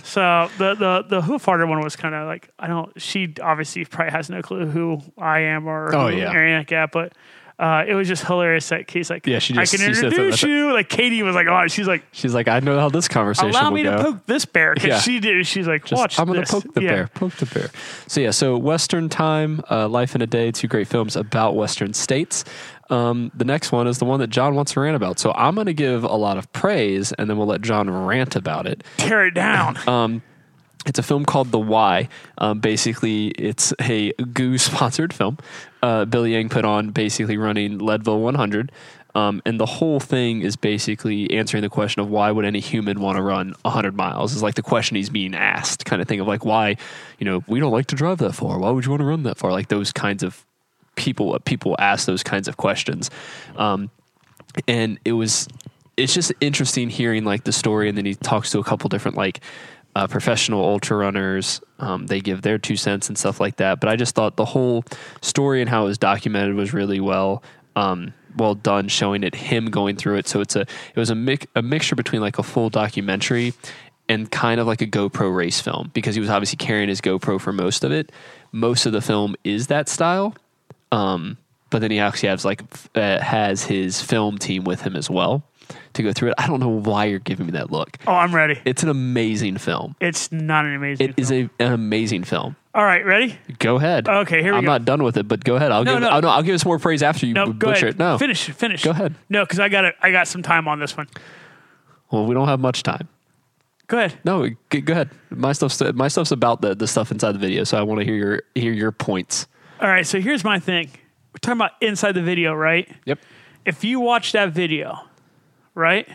so the the the hoof harder one was kind of like I don't. She obviously probably has no clue who I am or Oh, who yeah. Ariana like that, but. Uh, it was just hilarious that Kate's like, Yeah, she just- I can she said something, introduce I you. Like Katie was like, oh, she's like, She's like, I know how this conversation allow will me go. to poke this bear because Yeah. she did. She's like, Just- watch. I'm gonna this." poke the Yeah. bear. Poke the bear. So yeah, so Western Time, uh, Life in a Day, two great films about Western states. Um, the next one is the one that John wants to rant about. So I'm gonna give a lot of praise, and then we'll let John rant about it. Tear it down. Uh, It's a film called The Why. Um, basically, it's a Goo sponsored film. Uh, Billy Yang put on basically running Leadville 100. Um, and the whole thing is basically answering the question of why would any human want to run 100 miles? Is like the question he's being asked, kind of thing of like, why, you know, we don't like to drive that far. Why would you want to run that far? Like those kinds of people, people ask those kinds of questions. Um, and it was it's just interesting hearing like the story and then he talks to a couple different like uh, professional ultra runners um, they give their two cents and stuff like that but i just thought the whole story and how it was documented was really well um, well done showing it him going through it so it's a it was a, mic- a mixture between like a full documentary and kind of like a gopro race film because he was obviously carrying his gopro for most of it most of the film is that style um, but then he actually has like f- uh, has his film team with him as well to go through it. I don't know why you're giving me that look. oh, I'm ready. It's an amazing film. it's not an amazing. It is a, an amazing film. All right, ready? Go ahead. Okay, here we I'm go. not done with it, but go ahead. I'll No, give no. I'll, I'll give us more praise after you No, butcher go ahead. it. No, finish, finish. Go ahead. No, because I got I got some time on this one. well, we don't have much time. Go ahead. No, g- go ahead. My stuff's my stuff's about the, the stuff inside the video, so I want to hear your hear your points. All right. So here's my thing. We're talking about inside the video, right? Yep, If you watch that video, right?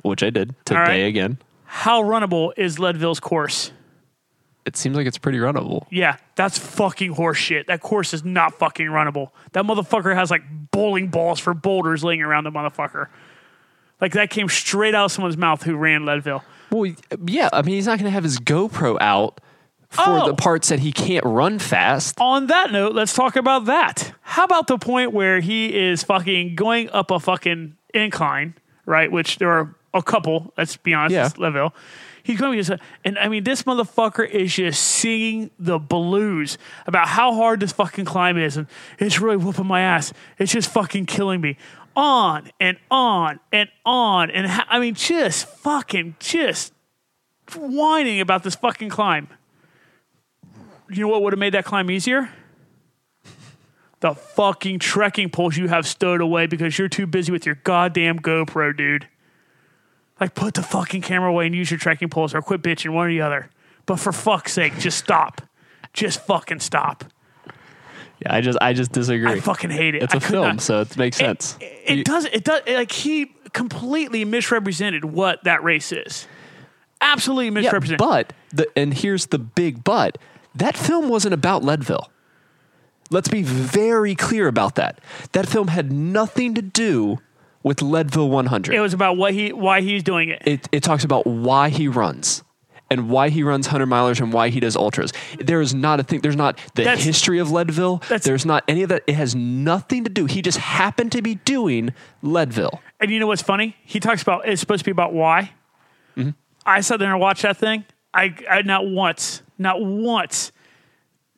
which I did today right. again. How runnable is Leadville's course? It seems like it's pretty runnable. Yeah, that's fucking horseshit. That course is not fucking runnable. That motherfucker has like bowling balls for boulders laying around the motherfucker. Like that came straight out of someone's mouth who ran Leadville. Well, yeah, I mean, he's not going to have his GoPro out for Oh. the parts that he can't run fast. On that note, let's talk about that. How about the point where he is fucking going up a fucking incline, right? Which there are a couple, let's be honest, Yeah. it's Le'Ville. He's going to be just, and I mean, this motherfucker is just singing the blues about how hard this fucking climb is. And it's really whooping my ass. It's just fucking killing me. On and on and on. And ha- I mean, just fucking, just whining about this fucking climb. You know what would have made that climb easier? The fucking trekking poles you have stowed away because you're too busy with your goddamn GoPro, dude. Like, put the fucking camera away and use your trekking poles or quit bitching, one or the other. But for fuck's sake, just stop. Just fucking stop. Yeah, I just I just disagree. I fucking hate it. it's a a film, so it makes sense. It, does. It does. it, like he completely misrepresented what that race is. Absolutely yeah, misrepresented. but the and here's the big but. That film wasn't about Leadville. Let's be very clear about that. That film had nothing to do with Leadville 100. it was about what he, why he's doing it. it, it talks about why he runs and why he runs 100 milers and why he does ultras. There is not a thing, there's not the That's- history of Leadville. that's- There's not any of that. It has nothing to do. He just happened to be doing Leadville. And you know what's funny? He talks about it's supposed to be about why. Mm-hmm. I sat there and watched that thing. I, I not once, not once,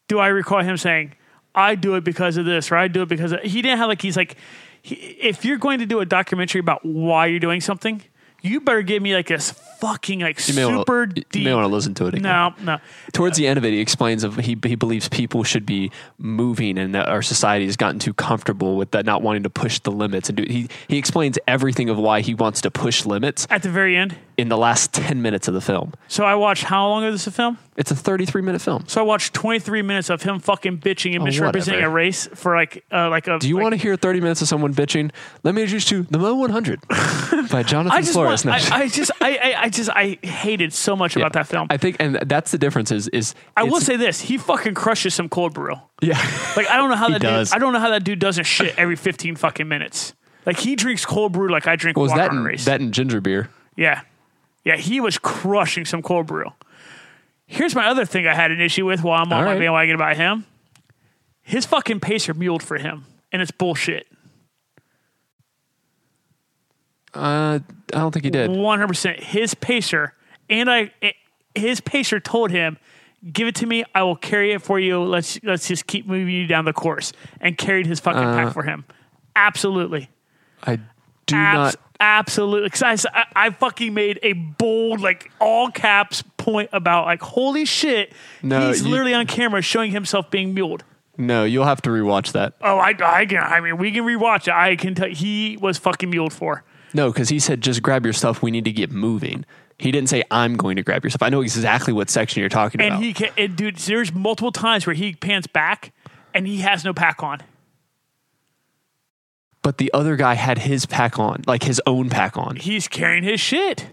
do I recall him saying, "I do it because of this" or "I do it because of, he didn't have like he's like, he, if you're going to do a documentary about why you're doing something, you better give me like this fucking like You may wanna- super You deep. may want to listen to it again. no, no. Towards the end of it, he explains of he, he believes people should be moving and that our society has gotten too comfortable with that, not wanting to push the limits. And do, he, he explains everything of why he wants to push limits At the very end, in the last 10 minutes of the film. so I watched how long of this film? It's a 33 minute film. So I watched 23 minutes of him fucking bitching and misrepresenting Oh, whatever. a race for like uh, like a. Do you like, want to hear 30 minutes of someone bitching? Let me introduce you to The Mo 100 by Jonathan I just Flores. want, No, I, I just I, I, I just I hated so much about that film. I I, think, and that's the difference is, is will it's- say this: he fucking crushes some cold brew. yeah, Like I don't know how that does. Dude, I don't know how that dude doesn't shit every fifteen fucking minutes. Like he drinks cold brew like I drink was water that on a in, race. that in ginger beer. yeah, yeah, he was crushing some cold brew. Here's my other thing I had an issue with while I'm on All my right. bandwagon about him. His fucking pacer muled for him, and it's bullshit. Uh, I don't think he did. One hundred percent. His pacer and I, eh, his pacer told him, "Give it to me. I will carry it for you. Let's let's just keep moving you down the course." And carried his fucking pack for him. Absolutely, I Uh, do Abs- not. absolutely. 'Cause I s- I, I fucking made a bold, like all caps point about like, "Holy shit!" No, he's you- literally on camera showing himself being muled. No, you'll have to rewatch that. Oh, I, I can. I mean, we can rewatch it. I can tell he was fucking muled for. No, because he said, just grab your stuff. We need to get moving. He didn't say, I'm going to grab your stuff. I know exactly what section you're talking And about. he can, and dude, there's multiple times where he pants back and he has no pack on. but the other guy had his pack on, like his own pack on. He's carrying his shit.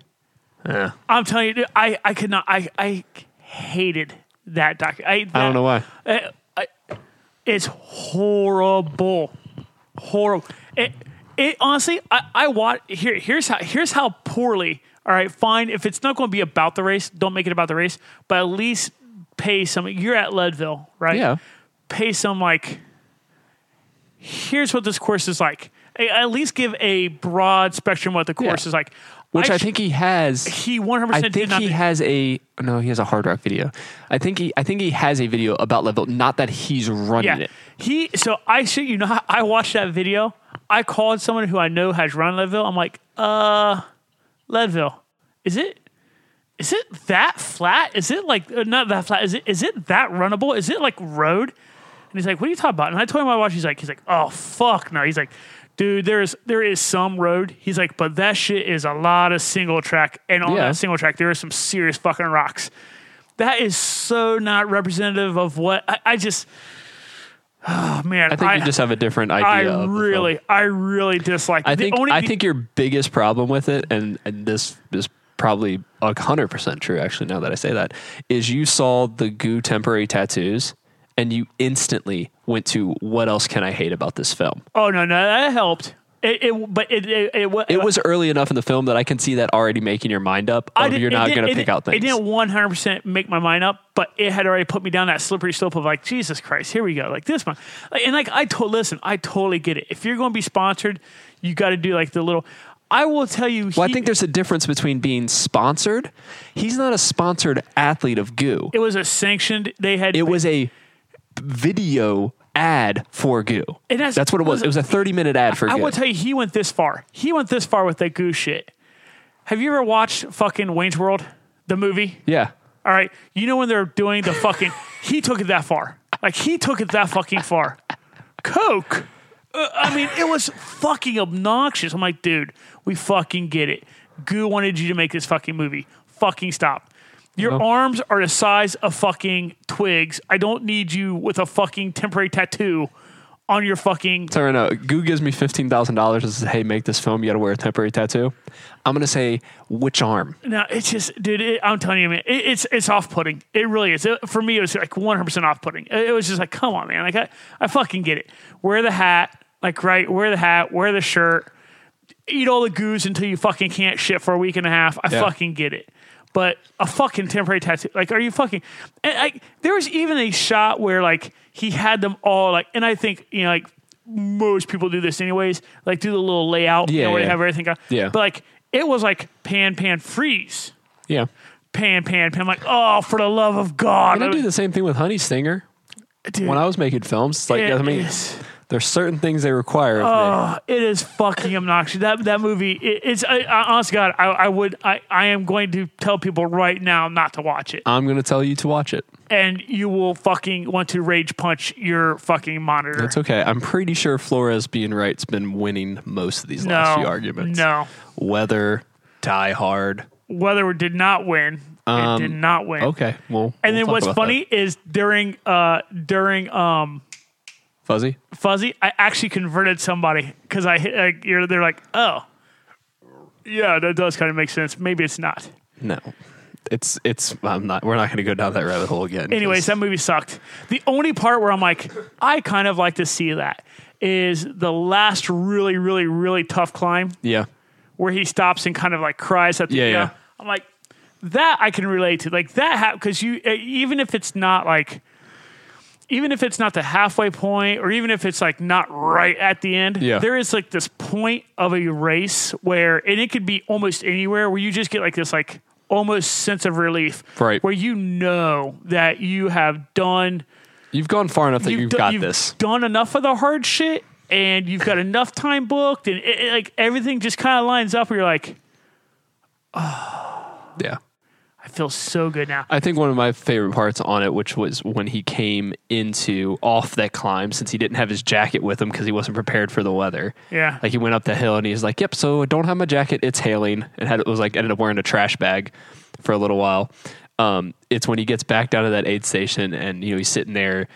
Yeah. I'm telling you, dude, I, I could not, I, I hated that doc. I, I don't know why. I, Eh, I, it's horrible. Horrible. It, it honestly, I, I want, here, here's how, here's how poorly, all right, fine. If it's not going to be about the race, don't make it about the race, but at least pay some, you're at Leadville, right? Yeah. pay some like here's what this course is like A- at least give a broad spectrum what the course Yeah. is like Which I, sh- think he has. he 100% I did think not he has a no. He has a hard rock video. I think he. I think he has a video about Leadville. Not that he's running yeah it. he so i shoot you know i watched that video i called someone who i know has run leadville i'm like uh leadville is it is it that flat is it like uh, not that flat is it is it that runnable is it like road And he's like, "What are you talking about?" And I told him I watched. He's like, "He's like, oh fuck no." He's like, "Dude, there is there is some road." He's like, "But that shit is a lot of single track, and on Yeah. that single track, there are some serious fucking rocks." That is so not representative of what I, I just. Oh man, I think you just have a different idea. I of the film. really, I really dislike. I think. I think your biggest problem with it, and, and this is probably hundred percent true. Actually, now that I say that, is you saw the goo temporary tattoos, and you instantly went to what else can I hate about this film? Oh no, no, that helped. It, it but it it, it, wa- It was early enough in the film that I can see that already making your mind up. I Of didn't- you're it not didn't- going it to pick didn't- out things. It didn't one hundred percent make my mind up, but it had already put me down that slippery slope of like, Jesus Christ, here we go, like this one, Like, and like I told, listen, I totally get it. If you're going to be sponsored, you got to do like the little. I will tell you. Well, I he- think there's a difference between being sponsored. He's not a sponsored athlete of goo. it was a sanctioned. They had It was a video ad for goo. And that's, that's- what it was. It was a 30 minute ad for I goo. will tell you, he went this far. He went this far with that goo shit. Have you ever watched fucking Wayne's World, the movie? yeah. All right. You know when they're doing the fucking, he took it that far. Like he took it that fucking far. Coke. Uh, I mean, it was fucking obnoxious. I'm like, dude, we fucking get it. Goo wanted you to make this fucking movie. Fucking stop. Your arms are the size of fucking twigs. I don't need you with a fucking temporary tattoo on your fucking. Sorry, no. Goo gives me $15,000 and says, hey, make this film. You got to wear a temporary tattoo. I'm going to say, which arm? No, it's just, dude. It, I'm telling you, man, it, it's it's off putting. It really is. It- for me, it was like 100 percent off putting. It, it was just like, come on, man. Like I, I fucking get it. Wear the hat, like right. Wear the hat. Wear the shirt. Eat all the goos until you fucking can't shit for a week and a half. I Yeah. fucking get it. But a fucking temporary tattoo. Like, are you fucking? And I, there was even a shot where like he had them all like, and I think you know like most people do this anyways. Like do the little layout. you Yeah, know, where they yeah. have everything. Out. Yeah. But like it was like pan pan freeze Yeah. pan, pan, pan. I'm like, oh, for the love of God. And I do the same thing with Honey Stinger. Dude, When I was making films, it's like, it I mean, is- there's certain things they require of me. oh, it is fucking obnoxious. That that movie, it, it's, I, I, honest to God, I, I would, I, I am going to tell people right now not to watch it. I'm going to tell you to watch it. And you will fucking want to rage punch your fucking monitor. It's okay. I'm pretty sure Flores being right's been winning most of these no, last few arguments. No. Weather, Die Hard. Weather did not win. it did not win. Um, Okay. Well, we'll And then talk what's about funny is during uh during um that. Fuzzy? fuzzy. I actually converted somebody because I hit. Like, you're, they're like, oh, yeah, that does kind of make sense. Maybe it's not. No. It's it's I'm not we're not going to go down that rabbit hole again. Anyways, that movie sucked. The only part where I'm like, I kind of like to see that is the last really, really, really tough climb yeah. where he stops and kind of like cries at the Yeah, you know? yeah. I'm like that I can relate to like that because you uh, even if it's not like even if it's not the halfway point or even if it's like not right at the end Yeah. there is like this point of a race where and it could be almost anywhere where you just get like this like almost sense of relief Right. where you know that you have done You've gone far enough that you've, do- got this. done enough of the hard shit, and you've got enough time booked, and it, it- like everything just kind of lines up. Where you're like, Yeah. I feel so good now. Uh, I think one of my favorite parts on it, which was when he came into off that climb, since he didn't have his jacket with him because he wasn't prepared for the weather. Yeah. like he went up the hill and he was like, "Yep, so I don't have my jacket. It's hailing." And had it was like ended up wearing a trash bag for a little while. Um, it's when he gets back down to that aid station and you know he's sitting there.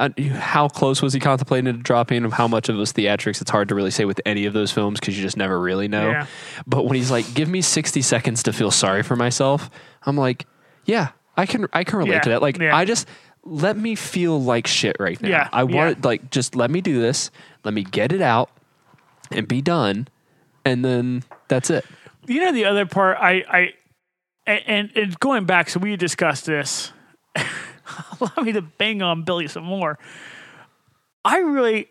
Uh, How close was he contemplating to dropping? Of how much of it was theatrics? It's hard to really say with any of those films because you just never really know. Yeah. But when he's like, "Give me sixty seconds to feel sorry for myself," I'm like, "Yeah, I can, I can relate Yeah, to that." Like, yeah. I just let me feel like shit right now. Yeah, I want yeah. it like just let me do this. Let me get it out and be done, and then that's it. You know the other part, I, I, and, and, and going back, so we had discussed this. Allow me to bang on Billy some more. I really,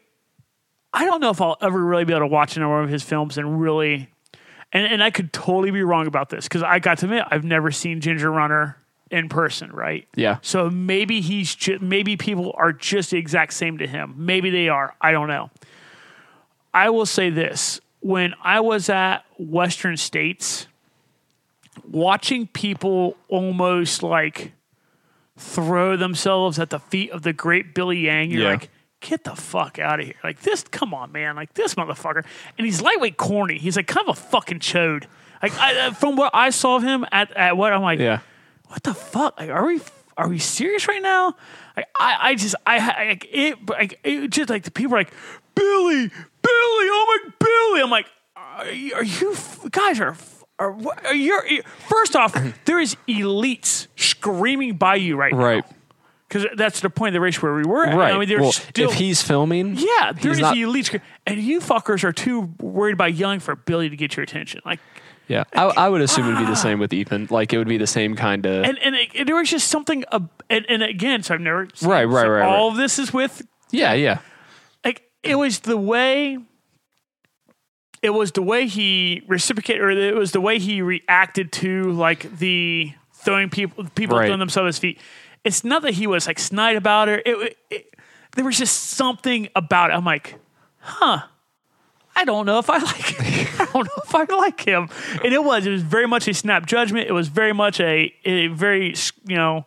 I don't know if I'll ever really be able to watch another one of his films and really, and and I could totally be wrong about this because I got to admit I've never seen Ginger Runner in person, right? Yeah, So maybe he's ju- maybe people are just the exact same to him. Maybe they are. I don't know. I will say this: when I was at Western States, watching people almost like throw themselves at the feet of the great Billy Yang, you're Yeah. like. Get the fuck out of here. Like this, come on, man. Like this motherfucker. And he's lightweight corny. He's like kind of a fucking chode. Like I, uh, from what I saw of him at, at what I'm like, yeah. what the fuck? Like, are we are we serious right now? Like, I I just I, I like, it like it just like the people are like Billy Billy oh my Billy I'm like are you, are you f- guys are. f- Are, what- are you, first off, there is elites screaming by you right, now. Right. because that's the point of the race where we were. At. Right. I mean, they're well, still. if he's filming, yeah, there he's is not- the elite, sc- and you fuckers are too worried about yelling for Billy to get your attention. Like, yeah, I, I would assume Ah. it'd be the same with Ethan. Like it would be the same kind of. and and, it, and there was just something. ab and, and again, so I've never. so- Right, right, so right, All of this is with yeah, yeah, like it was the way it was the way he reciprocated or it was the way he reacted to like the throwing people people Right. throwing themselves at his feet it's not that he was like snide about it. It, it there was just something about it i'm like huh i don't know if i like i don't know if i like him and it was it was very much a snap judgment it was very much a, a very you know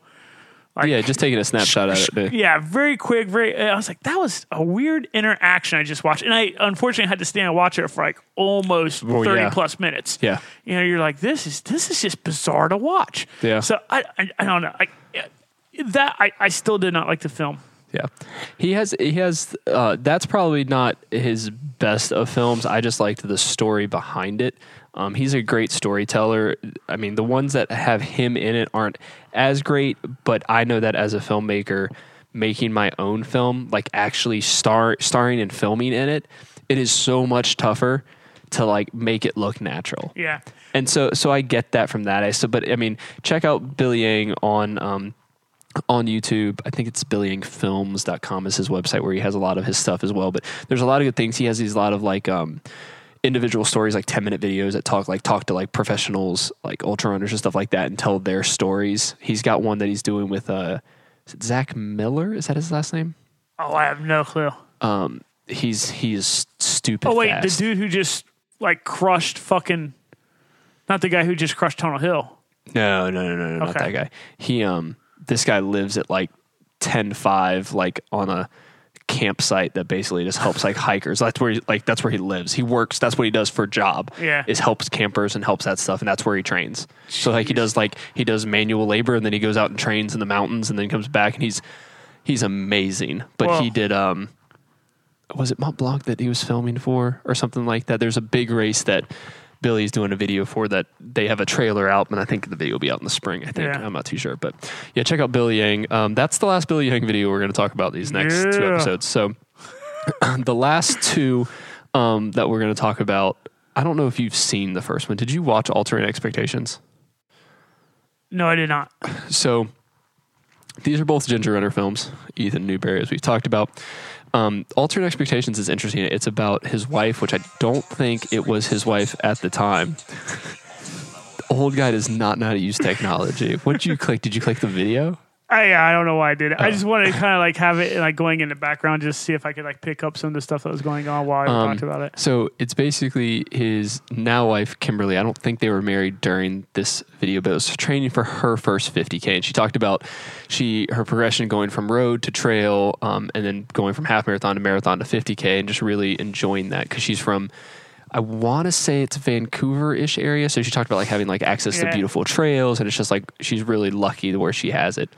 yeah. Just taking a snapshot at it. dude. yeah, very quick. Very. I was like, that was a weird interaction I just watched, and I unfortunately had to stand and watch it for like almost Well, thirty Oh, yeah. plus minutes. Yeah. you know, you're like, this is this is just bizarre to watch. Yeah. So I I, I don't know. I, that I, I still did not like the film. Yeah, he has he has. Uh, that's probably not his best of films. I just liked the story behind it. Um, he's a great storyteller. I mean, the ones that have him in it aren't as great, but I know that as a filmmaker, making my own film, like actually star starring and filming in it, it is so much tougher to like make it look natural. Yeah. And so, so I get that from that. I so, but I mean, check out Billy Yang on um, on YouTube. I think it's BillyYangFilms.com is his website where he has a lot of his stuff as well. But there's a lot of good things. He has these lot of like um, individual stories, like 10 minute videos that talk like talk to like professionals, like ultra runners and stuff like that, and tell their stories. He's got one that he's doing with uh, is it Zach Miller. Is that his last name? Oh, I have no clue. Um, he's he's stupid. Oh wait, fast. the dude who just like crushed fucking, not the guy who just crushed Tunnel Hill. No, no, no, no, no not that Okay. guy. He um this guy lives at like 10 5 like on a campsite that basically just helps like hikers. That's where he, like that's where he lives. He works, that's what he does for a job. Yeah. Is helps campers and helps that stuff and that's where he trains. So like he does like he does manual labor and then he goes out and trains in the mountains and then comes back and he's he's amazing. But Whoa. he did um was it Mont Blanc that he was filming for or something like that? There's a big race that Billy's doing a video for that they have a trailer out, and I think the video will be out in the spring. I think Yeah. I'm not too sure, but yeah, check out Billy Yang. Um, that's the last Billy Yang video we're going to talk about these next two Yeah. episodes. So the last two um, that we're going to talk about. I don't know if you've seen the first one. Did you watch Altering Expectations? No, I did not. so these are both Ginger Runner films, Ethan Newberry, as we've talked about. Um, Alternate Expectations is interesting. It's about his wife, which I don't think it was his wife at the time. the old guy does not know how to use technology. what did you click? Did you click the video? I I don't know why I did it. Oh. I just wanted to kind of like have it like going in the background, just see if I could like pick up some of the stuff that was going on while I Um, talked about it. So it's basically his now wife Kimberly. I don't think they were married during this video, but it was training for her first 50k, and she talked about she her progression going from road to trail, um, and then going from half marathon to marathon to 50k, and just really enjoying that because she's from. I want to say it's Vancouver-ish area, so she talked about like having like access to Yeah. beautiful trails, and it's just like she's really lucky where she has it.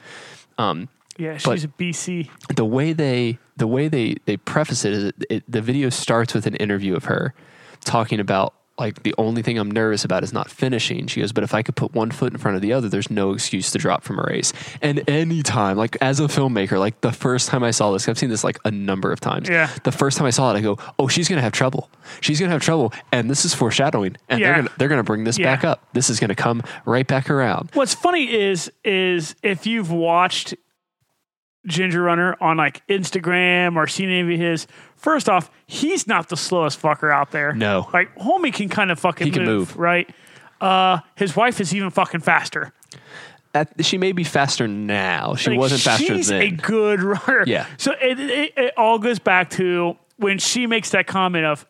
Um, Yeah, but- she's a BC. the way they the way they they preface it is it, it, the video starts with an interview of her talking about like the only thing I'm nervous about is not finishing. She goes, but if I could put one foot in front of the other, there's no excuse to drop from a race. And anytime, like as a filmmaker, like the first time I saw this, I've seen this like a number of times. Yeah. The first time I saw it, I go, oh, she's gonna have trouble. She's gonna have trouble, and this is foreshadowing. And Yeah. they're gonna they're gonna bring this Yeah. back up. This is gonna come right back around. What's funny is is if you've watched Ginger Runner on like Instagram or seen any of his, first off, he's not the slowest fucker out there. No. like homie can kind of fucking He can move. right? Uh, his wife is even fucking faster. That, she may be faster now. She Like, wasn't faster she's then. a good runner. Yeah. So it, it it all goes back to when she makes that comment of,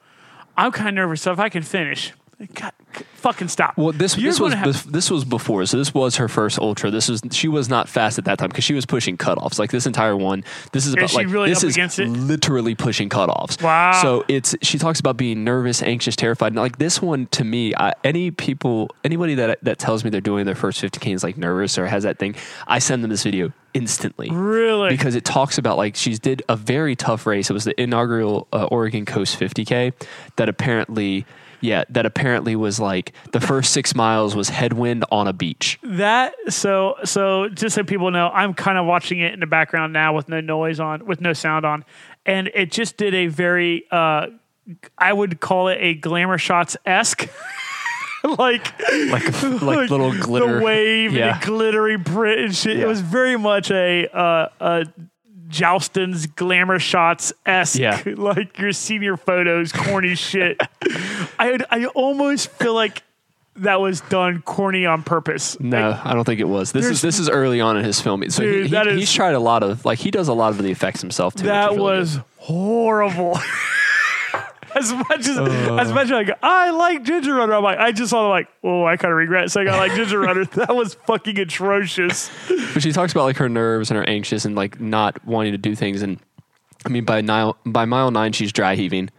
"I'm kind of nervous, so if I can finish, God, c- fucking stop." Well, this You're this was gonna have- bef- this was before, so this was her first ultra. This was she was not fast at that time because she was pushing cutoffs. Like this entire one, this is about she like really this up is against it? literally pushing cutoffs. Wow. So it's she talks about being nervous, anxious, terrified. Now, like this one to me, I, any people, anybody that that tells me they're doing their first 50k and is like nervous or has that thing, I send them this video instantly Really? because it talks about like she's did a very tough race. It was the inaugural uh, Oregon Coast 50k that apparently Yeah, that apparently was like the first six miles was headwind on a beach. That so so just so people know, I'm kind of watching it in the background now with no noise on, with no sound on, and it just did a very uh, I would call it a glamour shots esque. like Like like little glitter. the wave Yeah. and the glittery print and shit. Yeah. It was very much a uh, a Joustin's glamour shots esque, Yeah. like your senior photos, corny shit. I I almost feel like that was done corny on purpose. No, I don't think it was. This is this is early on in his filming. So he- Dude, he, that is- he's tried a lot of like he does a lot of the effects himself too. which That is really was horrible. as much as Uh. as much as I go, I like Ginger Runner. I'm like, I just saw like, oh, I kind of regret saying I like Ginger Runner. That was fucking atrocious. good. But she talks about like her nerves and her anxious and like not wanting to do things. And I mean by mile by mile nine she's dry heaving.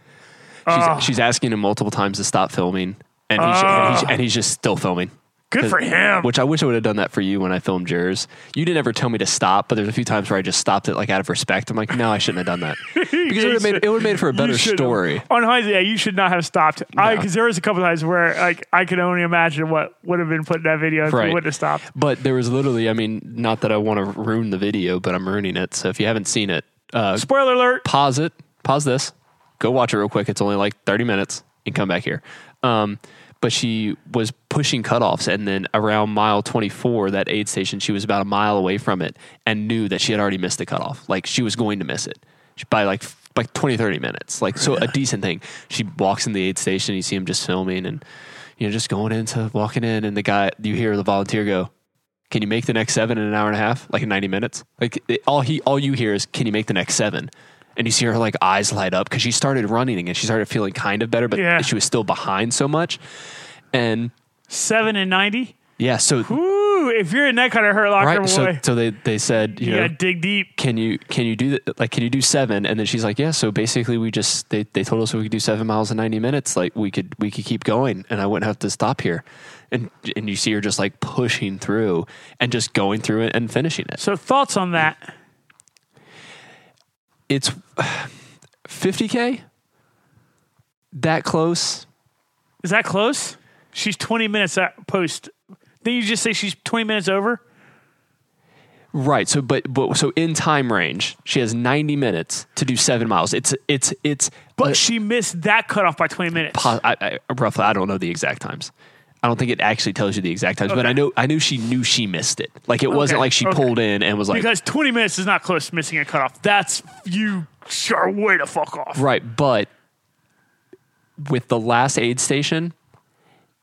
She's, she's asking him multiple times to stop filming, and he's, and, he's, and he's just still filming. Good for him. Which I wish I would have done that for you when I filmed yours. You didn't ever tell me to stop, but there's a few times where I just stopped it like out of respect. I'm like, no, I shouldn't have done that because it would have made it would have made for a You better should- story. On hindsight, yeah, you should not have stopped. No. I because there was a couple times where like I can only imagine what would have been put in that video if Right. you wouldn't have stopped. But there was literally, I mean, not that I want to ruin the video, but I'm ruining it. So if you haven't seen it, uh, Spoiler alert. pause it, pause this, go watch it real quick. It's only like 30 minutes and come back here. Um, but she was pushing cutoffs, and then around mile 24, that aid station, she was about a mile away from it and knew that she had already missed the cutoff. Like she was going to miss it by like f- by 20, 30 minutes. Like, so a decent thing. She walks in the aid station, you see him just filming and, you know, just going into walking in, and the guy, you hear the volunteer go, can you make the next seven in an hour and a half like in 90 minutes like it, all he all you hear is can you make the next seven and you see her like eyes light up because she started running again she started feeling kind of better but Yeah. she was still behind so much and Seven and ninety. yeah so Ooh, if you're in that kind of hurt locker right boy, so, so they they said you you know gotta dig deep. can you can you do that like can you do seven and then she's like yeah so basically we just they, they told us we could do seven miles in 90 minutes like we could we could keep going and i wouldn't have to stop here and and you see her just like pushing through and just going through it and finishing it So thoughts on that? it's 50k that close Is that close? She's twenty minutes at post. Then you just say she's twenty minutes over. right so but, but so in time range she has 90 minutes to do seven miles it's it's it's But uh, she missed that cutoff by twenty minutes. po- I, I, roughly i don't know the exact times i don't think it actually tells you the exact times but Okay. i know i knew she knew she missed it like it wasn't Okay, like she okay. pulled in and was like because 20 minutes is not close to missing a cutoff. That's you sure way to fuck off. Right, but with the last aid station,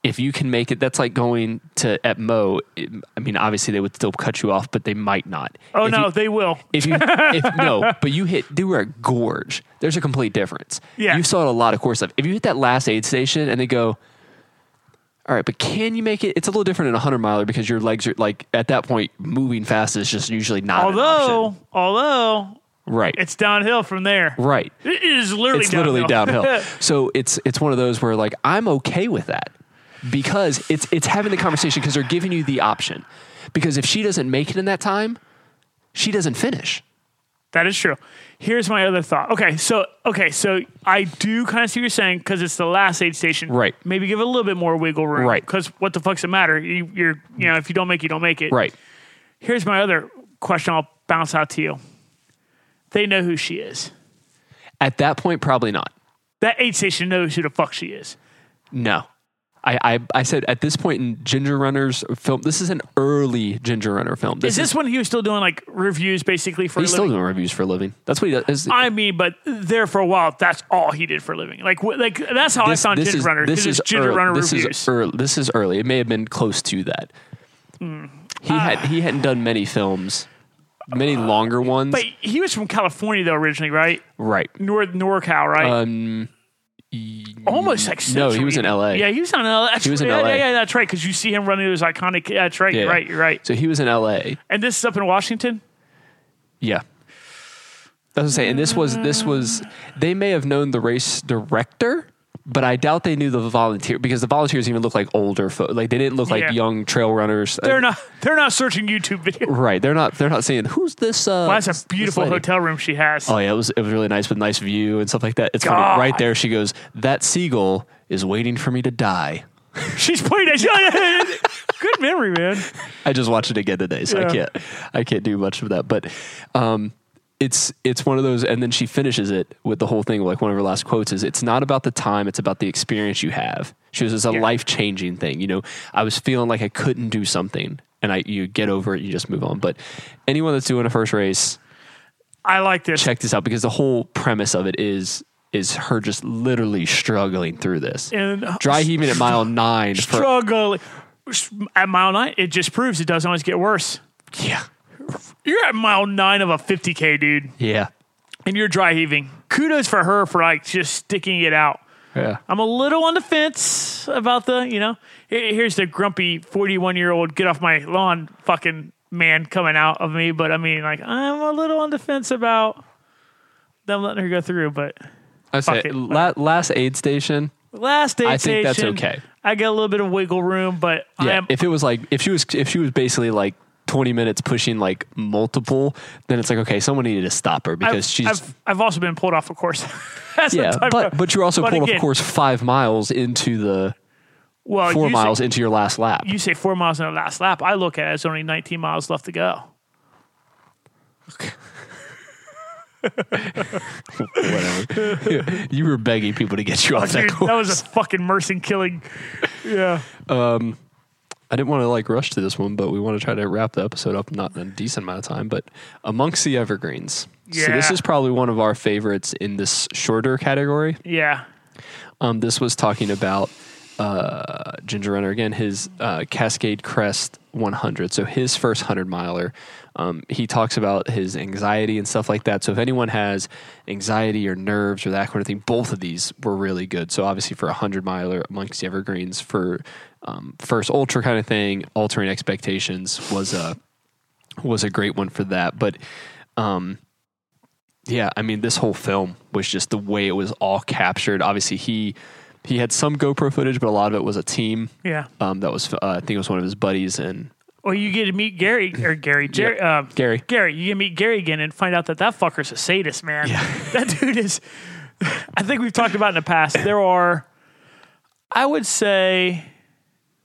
if you can make it, that's like going to at Mo. it- I mean, obviously they would still cut you off, but they might not. Oh If no, you- they will. if you if no, but you hit they were a gorge. There's a complete difference. Yeah. You saw it a lot of course stuff. If you hit that last aid station and they go, All right, but can you make it it's a little different in a hundred miler because your legs are like at that point moving fast is just usually not an Although, option. although right. it's downhill from there. right. It is literally it's downhill. literally downhill. so it's it's one of those where like I'm okay with that because it's it's having the conversation because they're giving you the option. Because if she doesn't make it in that time, she doesn't finish. that is true. Here's my other thought. Okay, so okay, so I do kind of see what you're saying because it's the last aid station. Right. Maybe give it a little bit more wiggle room. Right. Because what the fuck's the matter? You, you're you know if you don't make it, you don't make it. Right. Here's my other question. I'll bounce out to you. They know who she is. At that point, probably not. That aid station knows who the fuck she is. No. I, I, I said at this point in Ginger Runner's film, this is an early Ginger Runner film. Is this when he was still doing like reviews basically for a he's still living? Oh, doing reviews for a living. That's what he does. I mean, but there for a while, that's all he did for a living. Like, wh- like that's how I found Ginger Runner. This it's is Ginger early, Runner this reviews. Is early, this is early. It may have been close to that. Hmm. He had Ah. he hadn't done many films, many longer ones. but he was from California though originally, right? right. North NorCal, right? Um. Almost like no, central he was in even. LA. Yeah, he was in LA. That's, He was in yeah, LA. Yeah, yeah, that's right. Because you see him running those iconic. Yeah, that's right. Yeah. You're right. You're right. So he was in L.A. And this is up in Washington. Yeah. That's what I'm saying. And this was this was they may have known the race director, but I doubt they knew the volunteer because the volunteers even look like older folk. Like they didn't look like Yeah. young trail runners. They're not. They're not searching YouTube videos. right. They're not. They're not saying who's this. Uh, Well, that's this a beautiful lady?" hotel room she has. Oh yeah, it was it was really nice with nice view and stuff like that. It's funny. God. right there. She goes that seagull is waiting for me to die. She's played it. Good memory, man. I just watched it again today, so Yeah. I can't I can't do much of that. But um, it's it's one of those, and then she finishes it with the whole thing. Like one of her last quotes is, "It's not about the time; it's about the experience you have." She was, "It's a Yeah. life changing thing." You know, I was feeling like I couldn't do something, and I you get over it, you just move on. But anyone that's doing a first race, I like this. check this out because the whole premise of it is is her just literally struggling through this. And Dry heaving at mile nine. For, struggle at mile nine. It just proves it doesn't always get worse. yeah, You're at mile nine of a 50k, dude, yeah, and you're dry heaving. Kudos for her for like just sticking it out. yeah. I'm a little on the fence about the, you know, here- here's the grumpy 41 year old get off my lawn fucking man coming out of me. But I mean, like, I'm a little on the fence about them letting her go through. But I say it. la- last aid station. last day, I think that's okay. I get a little bit of wiggle room, but I Yeah, am if it was like if she was if she was basically like twenty minutes pushing like multiple, then it's like okay, someone needed to stop her because I've, she's I've, I've also been pulled off of course. That's the yeah. type But of- but you're also but pulled again, of course five miles into the well, four you miles Say, into your last lap. you say four miles in the last lap. I look at it as only 19 miles left to go. Whatever. you were begging people to get you off that Dude, course. that was a fucking mercy killing. Yeah. I didn't want to like rush to this one, but we want to try to wrap the episode up not in a decent amount of time. But amongst the evergreens, so this Yeah. is probably one of our favorites in this shorter category. Yeah. Um, this was talking about uh, Ginger Runner again, his uh, Cascade Crest 100. So his first 100 miler. Um, he talks about his anxiety and stuff like that. So if anyone has anxiety or nerves or that kind of thing, both of these were really good. So obviously for a 100 miler amongst the evergreens for um, first ultra kind of thing, altering expectations was a was a great one for that. But um, yeah, I mean, this whole film was just the way it was all captured. Obviously, he he had some GoPro footage, but a lot of it was a team Yeah. um, that was uh, I think it was one of his buddies and Well, you get to meet Gary or Gary Jerry. um Gary. Gary, you get to meet Gary again and find out that that fucker's a sadist, man. that dude is. I think we've talked about in the past. There are, I would say,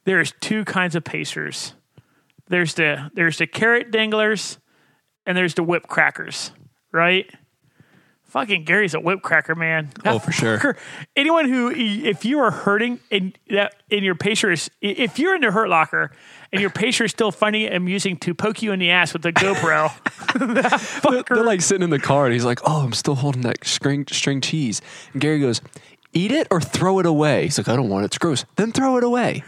there's two kinds of pacers. There's the there's the carrot danglers, and there's the whip crackers, right? Fucking Gary's a whip cracker, man. Oh, for sure. Sure. Anyone who, if you are hurting and that in your pacer is, if you're in the hurt locker and your pacer is still finding it amusing to poke you in the ass with the GoPro, that fucker. They're like sitting in the car, and he's like, "Oh, I'm still holding that string string cheese." And Gary goes, "Eat it or throw it away." He's like, "I don't want it. It's gross." Then throw it away.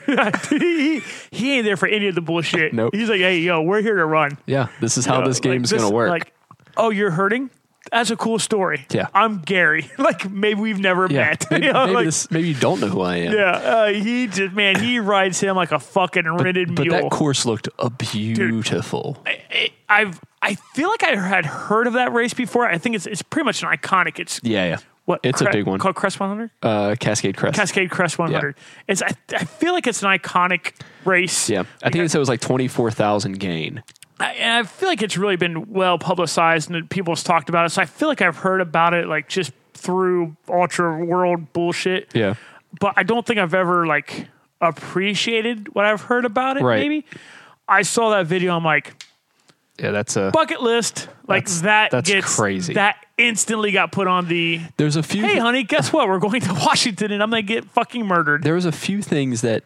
he, he ain't there for any of the bullshit. Nope. He's like, hey, yo, we're here to run. Uh, yeah, this is how this Like, game's gonna work. Like, oh, you're hurting? That's a cool story. Yeah. I'm Gary. Like, maybe we've never yeah, met. maybe, You know, maybe like, this, maybe you don't know who I am. yeah, uh, he just, man, he rides him like a fucking rented But mule. that course looked uh, beautiful. I- I've I feel like I had heard of that race before. I think it's it's pretty much an iconic. It's yeah, yeah. what It's a Cre- big one. called Crest 100, Uh, Cascade Crest. Cascade Crest 100. It's I, I feel like it's an iconic race. Yeah, I think it said it was like twenty four thousand gain. I, and I feel like it's really been well publicized and people's talked about it. So I feel like I've heard about it like just through ultra world bullshit. Yeah, but I don't think I've ever like appreciated what I've heard about it. Right. Maybe I saw that video. I'm like. yeah, that's uh, a. bucket list like that that's gets crazy. that instantly got put on the There's a few. hey honey guess what we're going to washington and i'm gonna get fucking murdered there was a few things that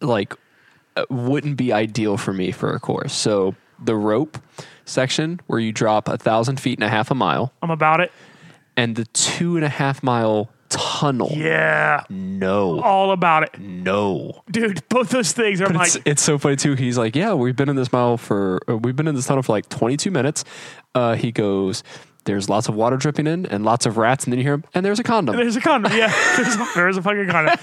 like uh, wouldn't be ideal for me for a course. So the rope section where you drop a thousand feet and a half a mile, i'm about it and the two and a half mile tunnel. yeah Mm. No, all about it no. dude both those things are like It's, it's so funny too. He's like, yeah, we've been in this mile for, or we've been in this tunnel for like 22 minutes. Uh, he goes, there's lots of water dripping in and lots of rats, and then you hear him, and there's a condom. there's a condom yeah there's a, there's a fucking condom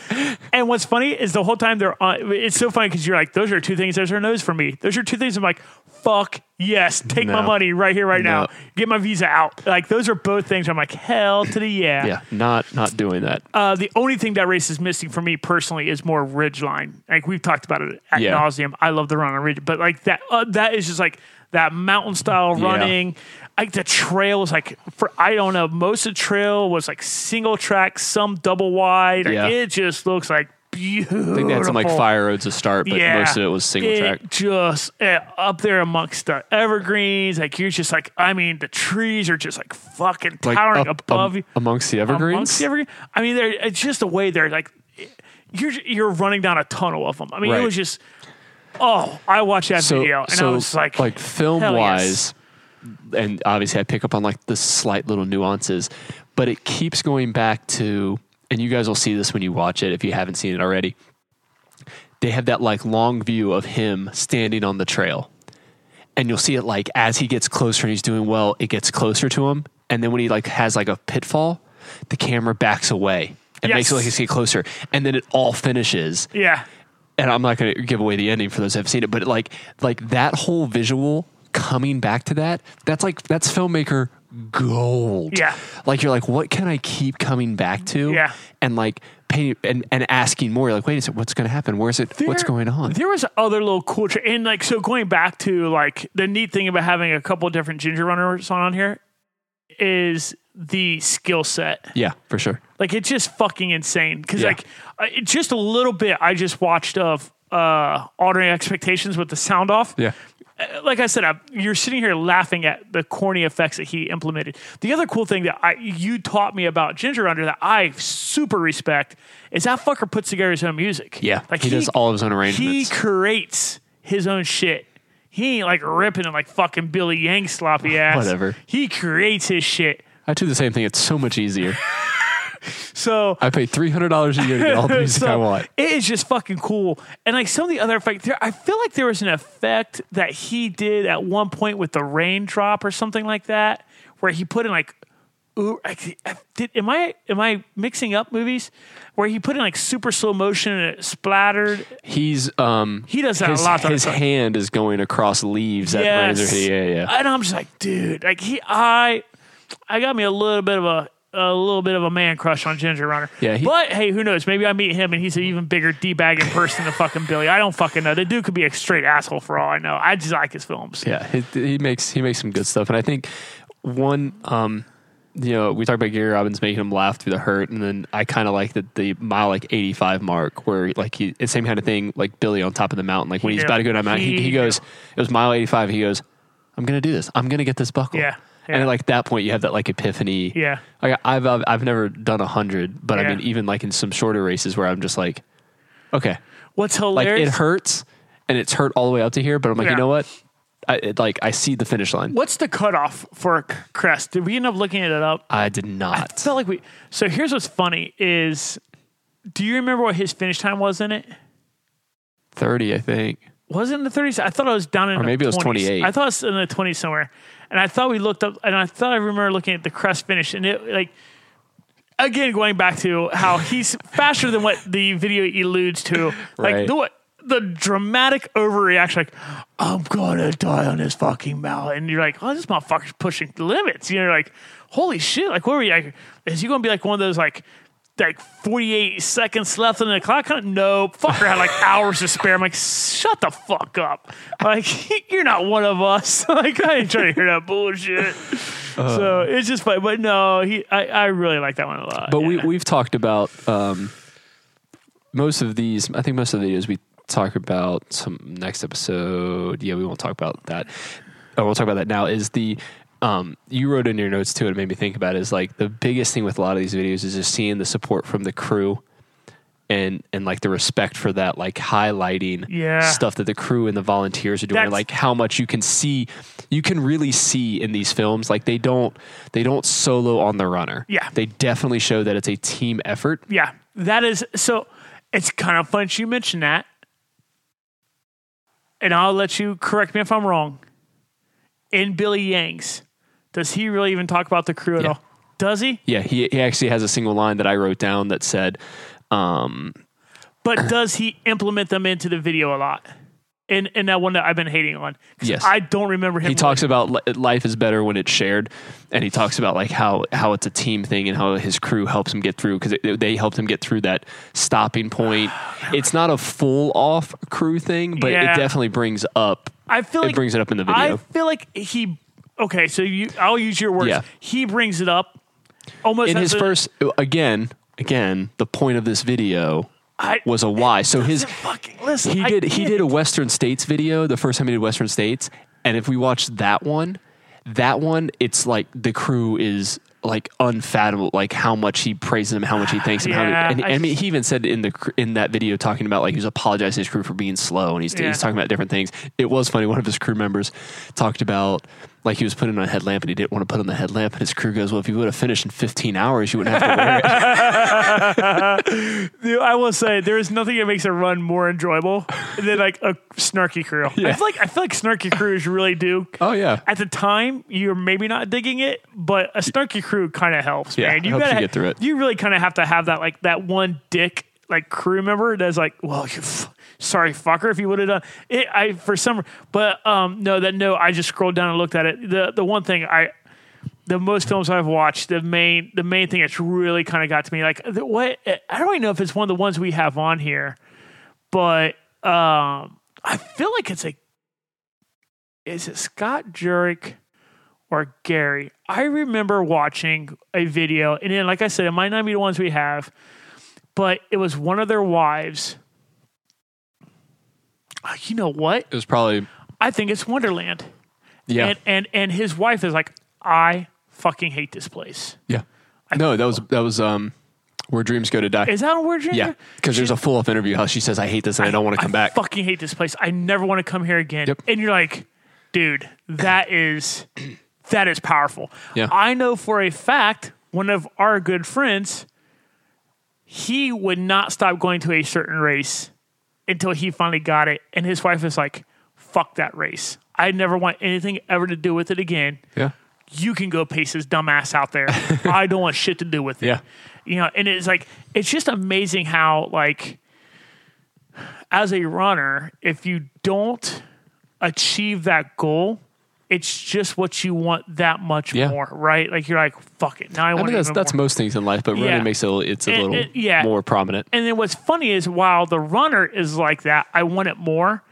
and what's funny is the whole time they're on it's so funny because you're like those are two things those are no's for me those are two things i'm like fuck yes take my No. money right here right No. now get my visa out like those are both things i'm like hell to the yeah yeah, not not doing that. Uh, the only thing that race is missing for me personally is more ridgeline. Like we've talked about it at Yeah. nauseum. I love the run on ridge, but like that uh, that is just like that mountain style running. like the trail was like for I don't know most of the trail was like single track, some double wide. Like, Yeah. It just looks like beautiful. I think they had some like fire roads to start, but Yeah. most of it was single It track. Just eh, up there amongst the evergreens, like you're just like I mean, the trees are just like fucking Like towering up- above um, you. amongst the evergreens. Amongst the evergreen, I mean, they're, it's just the way they're like you're you're running down a tunnel of them. I mean, it Right. was just oh, I watched that so, video and so I was like, like film hell yes. wise, and obviously I pick up on like the slight little nuances, but it keeps going back to, and you guys will see this when you watch it if you haven't seen it already. They have that like long view of him standing on the trail, and you'll see it like as he gets closer and he's doing well, it gets closer to him, and then when he like has like a pitfall, the camera backs away. and Yes. makes it like he's getting closer, and then it all finishes yeah, and I'm not going to give away the ending for those who have seen it, but like like that whole visual coming back to that, that's like that's filmmaker gold. Yeah. Like you're like, what can I keep coming back to? Yeah. And like pay and, and asking more, like, wait a second, what's gonna happen? Where's it what's There- going on? There was other little cool tra- and like so going back to like the neat thing about having a couple different ginger runners on here is the skill set. yeah, for sure. Like it's just fucking insane because Yeah. like I- it- just a little bit I just watched of uh altering expectations with the sound off. Yeah. Uh, Like I said, I, you're sitting here laughing at the corny effects that he implemented. The other cool thing that I you taught me about Ginger Under that I super respect is that fucker puts together his own music. Yeah. he, does all of his own He arrangements. creates his own shit. He ain't like ripping it like fucking Billy Yang sloppy ass. Whatever. He creates his shit. I do the same thing. It's so much easier. So I pay three hundred dollars a year to get all the music I So, want. It is just fucking cool. And like some of the other effects, there, I feel like there was an effect that he did at one point with the raindrop or something like that, where he put in like, ooh, I, I- did, am I am I mixing up movies? Where he put in like super slow motion and it splattered. He's um He does that his, a lot. on his his- hand is going across leaves at Yes. Razor. Yeah, yeah. And I'm just like, dude, like he, I, I got me a little bit of a. A little bit of a man crush on Ginger Runner. Yeah, he- but hey, who knows? Maybe I meet him and he's an even bigger d bag in person than fucking Billy. I don't fucking know. The dude could be a straight asshole for all I know. I just like his films. yeah he, he makes he makes some good stuff and i think one um you know we talked about gary robbins making him laugh through the hurt and then i kind of like the, the mile like 85 mark where like he it's same kind of thing like billy on top of the mountain like when he's knew. about to go down the mountain he, He he goes knew. it was mile 85 he goes i'm gonna do this i'm gonna get this buckle Yeah, and yeah. at like that point you have that like epiphany Yeah. like i've i've, I've never done a hundred but i Yeah. mean even like in some shorter races where i'm just like okay What's like hilarious? it hurts and it's hurt all the way up to here but i'm like Yeah. you know what I, it, like I see the finish line. What's the cutoff for c- crest? Did we end up looking it up? I did not. It's not like we. So here's what's funny is, do you remember what his finish time was in it? 30, I think. was it in the 30s? I thought it was down in or the maybe it was 20s. 28. I thought it was in the 20s somewhere. And I thought we looked up, and I thought I remember looking at the crest finish, and it like again going back to how he's faster than what the video alludes to, like Right. the what the dramatic overreaction, like I'm gonna die on this fucking mountain. And you're like, oh, this motherfucker's pushing limits. You know, you're like, holy shit, like what were you? Like, is he gonna be like one of those like? Like 48 seconds left in the clock. Kind of, nope. Fucker had like hours to spare. I'm like, shut the fuck up. Like, you're not one of us. like, I ain't trying to hear that bullshit. so it's just funny. But no, he, I, I really like that one a lot. But yeah. we, we've talked about um, most of these. I think most of the videos we talk about some next episode. Yeah, we won't talk about that. Oh, we'll talk about that now. Is the. Um, you wrote in your notes too, and it made me think about is like the biggest thing with a lot of these videos is just seeing the support from the crew and and like the respect for that, like highlighting Yeah. stuff that the crew and the volunteers are doing, That's- like how much you can see, you can really see in these films. Like they don't they don't solo on the runner. Yeah. they definitely show that it's a team effort. yeah, that is so. It's kind of funny you mentioned that, and I'll let you correct me if I'm wrong. In Billy Yang's, does he really even talk about the crew at Yeah. all? Does he? Yeah, he he actually has a single line that I wrote down that said, um, But does he implement them into the video a lot? And and that one that I've been hating on. 'Cause Yes. I don't remember him. he talks about li- life is better when it's shared, and he talks about like how how it's a team thing and how his crew helps him get through because they helped him get through that stopping point. It's not a full off crew thing, but Yeah. it definitely brings up I feel it like brings it up in the I video. feel like he okay, so you, I'll use your words. Yeah. He brings it up almost in as his a- first again again the point of this video I, was a why so his fucking listen. he I did he get did it. a western states video the first time he did western states and if we watch that one that one it's like the crew is like unfathomable like how much he praises him how much he thanks him Yeah, how and, I I, mean just- he even said in the cr- in that video talking about like he was apologizing to his crew for being slow and he's, Yeah. he's talking about different things it was funny one of his crew members talked about like he was putting on a headlamp and he didn't want to put on the headlamp and his crew goes well if you would have finished in 15 hours you wouldn't have to wear it Dude, I will say there is nothing that makes a run more enjoyable than like a snarky crew. I Yeah. feel like I feel like snarky crews really do. Oh, yeah. At the time, you're maybe not digging it, but a snarky crew kind of helps, Yeah, man. You helps you gotta get through it. You really kind of have to have that like that one dick like crew member that's like, well, you f- sorry fucker, if you would have done it, I for some. But um, no, that no, I just scrolled down and looked at it. The the one thing I the most films I've watched, the main the main thing that's really kind of got to me, like the, what I don't even know if it's one of the ones we have on here, but um, I feel like it's a is it Scott Jurek or Gary? I remember watching a video, and then like I said, it might not be the ones we have, but it was one of their wives. Uh, You know what? it was probably I think it's Wonderland, yeah and and and his wife is like, I fucking hate this place. Yeah. no, that was that was um where dreams go to die. Is that a word, Junior? yeah, because there's a full off interview how she says I hate this and I, don't want to come back. Fucking hate this place. I never want to come here again. Yep. And you're like, dude, that is that is powerful. Yeah. I know for a fact one of our good friends, he would not stop going to a certain race until he finally got it. And his wife is like, fuck that race. I never want anything ever to do with it again Yeah, you can go pace his dumbass out there. I don't want shit to do with it. Yeah. You know, and it's like it's just amazing how like as a runner, if you don't achieve that goal, it's just what you want that much Yeah. more, right? Like you're like, fuck it. Now I, I want mean to that's that's most things in life, but Yeah. running makes it a little- it's a It- little it- yeah. more prominent. and then what's funny is while the runner is like that, I want it more.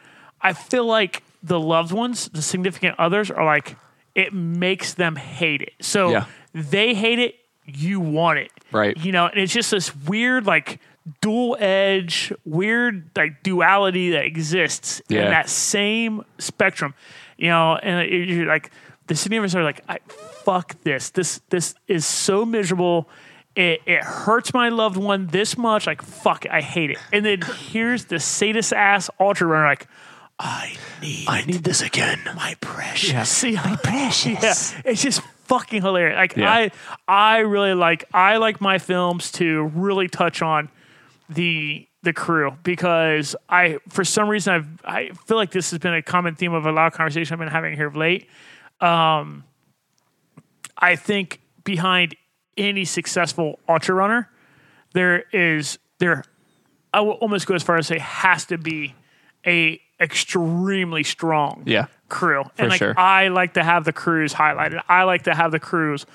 I feel like the loved ones, the significant others, are like it makes them hate it. So Yeah. they hate it, you want it, Right. You know, and it's just this weird like dual edge, weird like duality that exists in Yeah. that same spectrum. You know, and it- you're like the significant others are like, I, fuck this. This this is so miserable it, it hurts my loved one this much. Like, fuck, it, I hate it. And then here's the sadist ass ultra runner, like, I need I need this again. my precious. See, yeah, precious. it's just fucking hilarious. Like, Yeah. I, I really like, I like my films to really touch on the the crew because I, for some reason, I've, I feel like this has been a common theme of a lot of conversation I've been having here of late. Um, I think behind any successful ultra runner, there is there. I will almost go as far as say has to be a extremely strong Yeah. crew. and like sure. I like to have the crews highlighted. I like to have the crews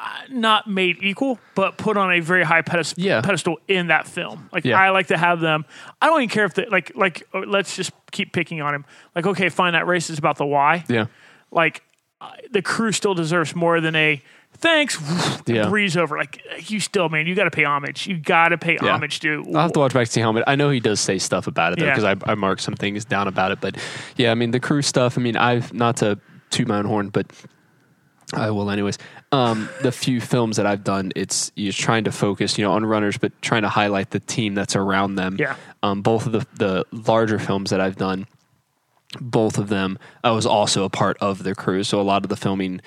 uh, not made equal, but put on a very high pedestal. Yeah. pedestal in that film. Like Yeah. I like to have them. I don't even care if they like like. uh, Let's just keep picking on him. Like okay, fine. That race is about the why Yeah, like I- the crew still deserves more than a thanks Yeah. breeze over. Like you still, man, you got to pay homage. You got to pay homage to. I'll have to watch back to see helmet. I know he does say stuff about it though Yeah. because I, I marked some things down about it. But yeah, I mean the crew stuff. I mean I've not to toot my own horn, but I will anyways. Um, the few films that I've done, it's you're trying to focus, you know, on runners, but trying to highlight the team that's around them. Yeah. Um, both of the the larger films that I've done, both of them, I was also a part of the crew, so a lot of the filming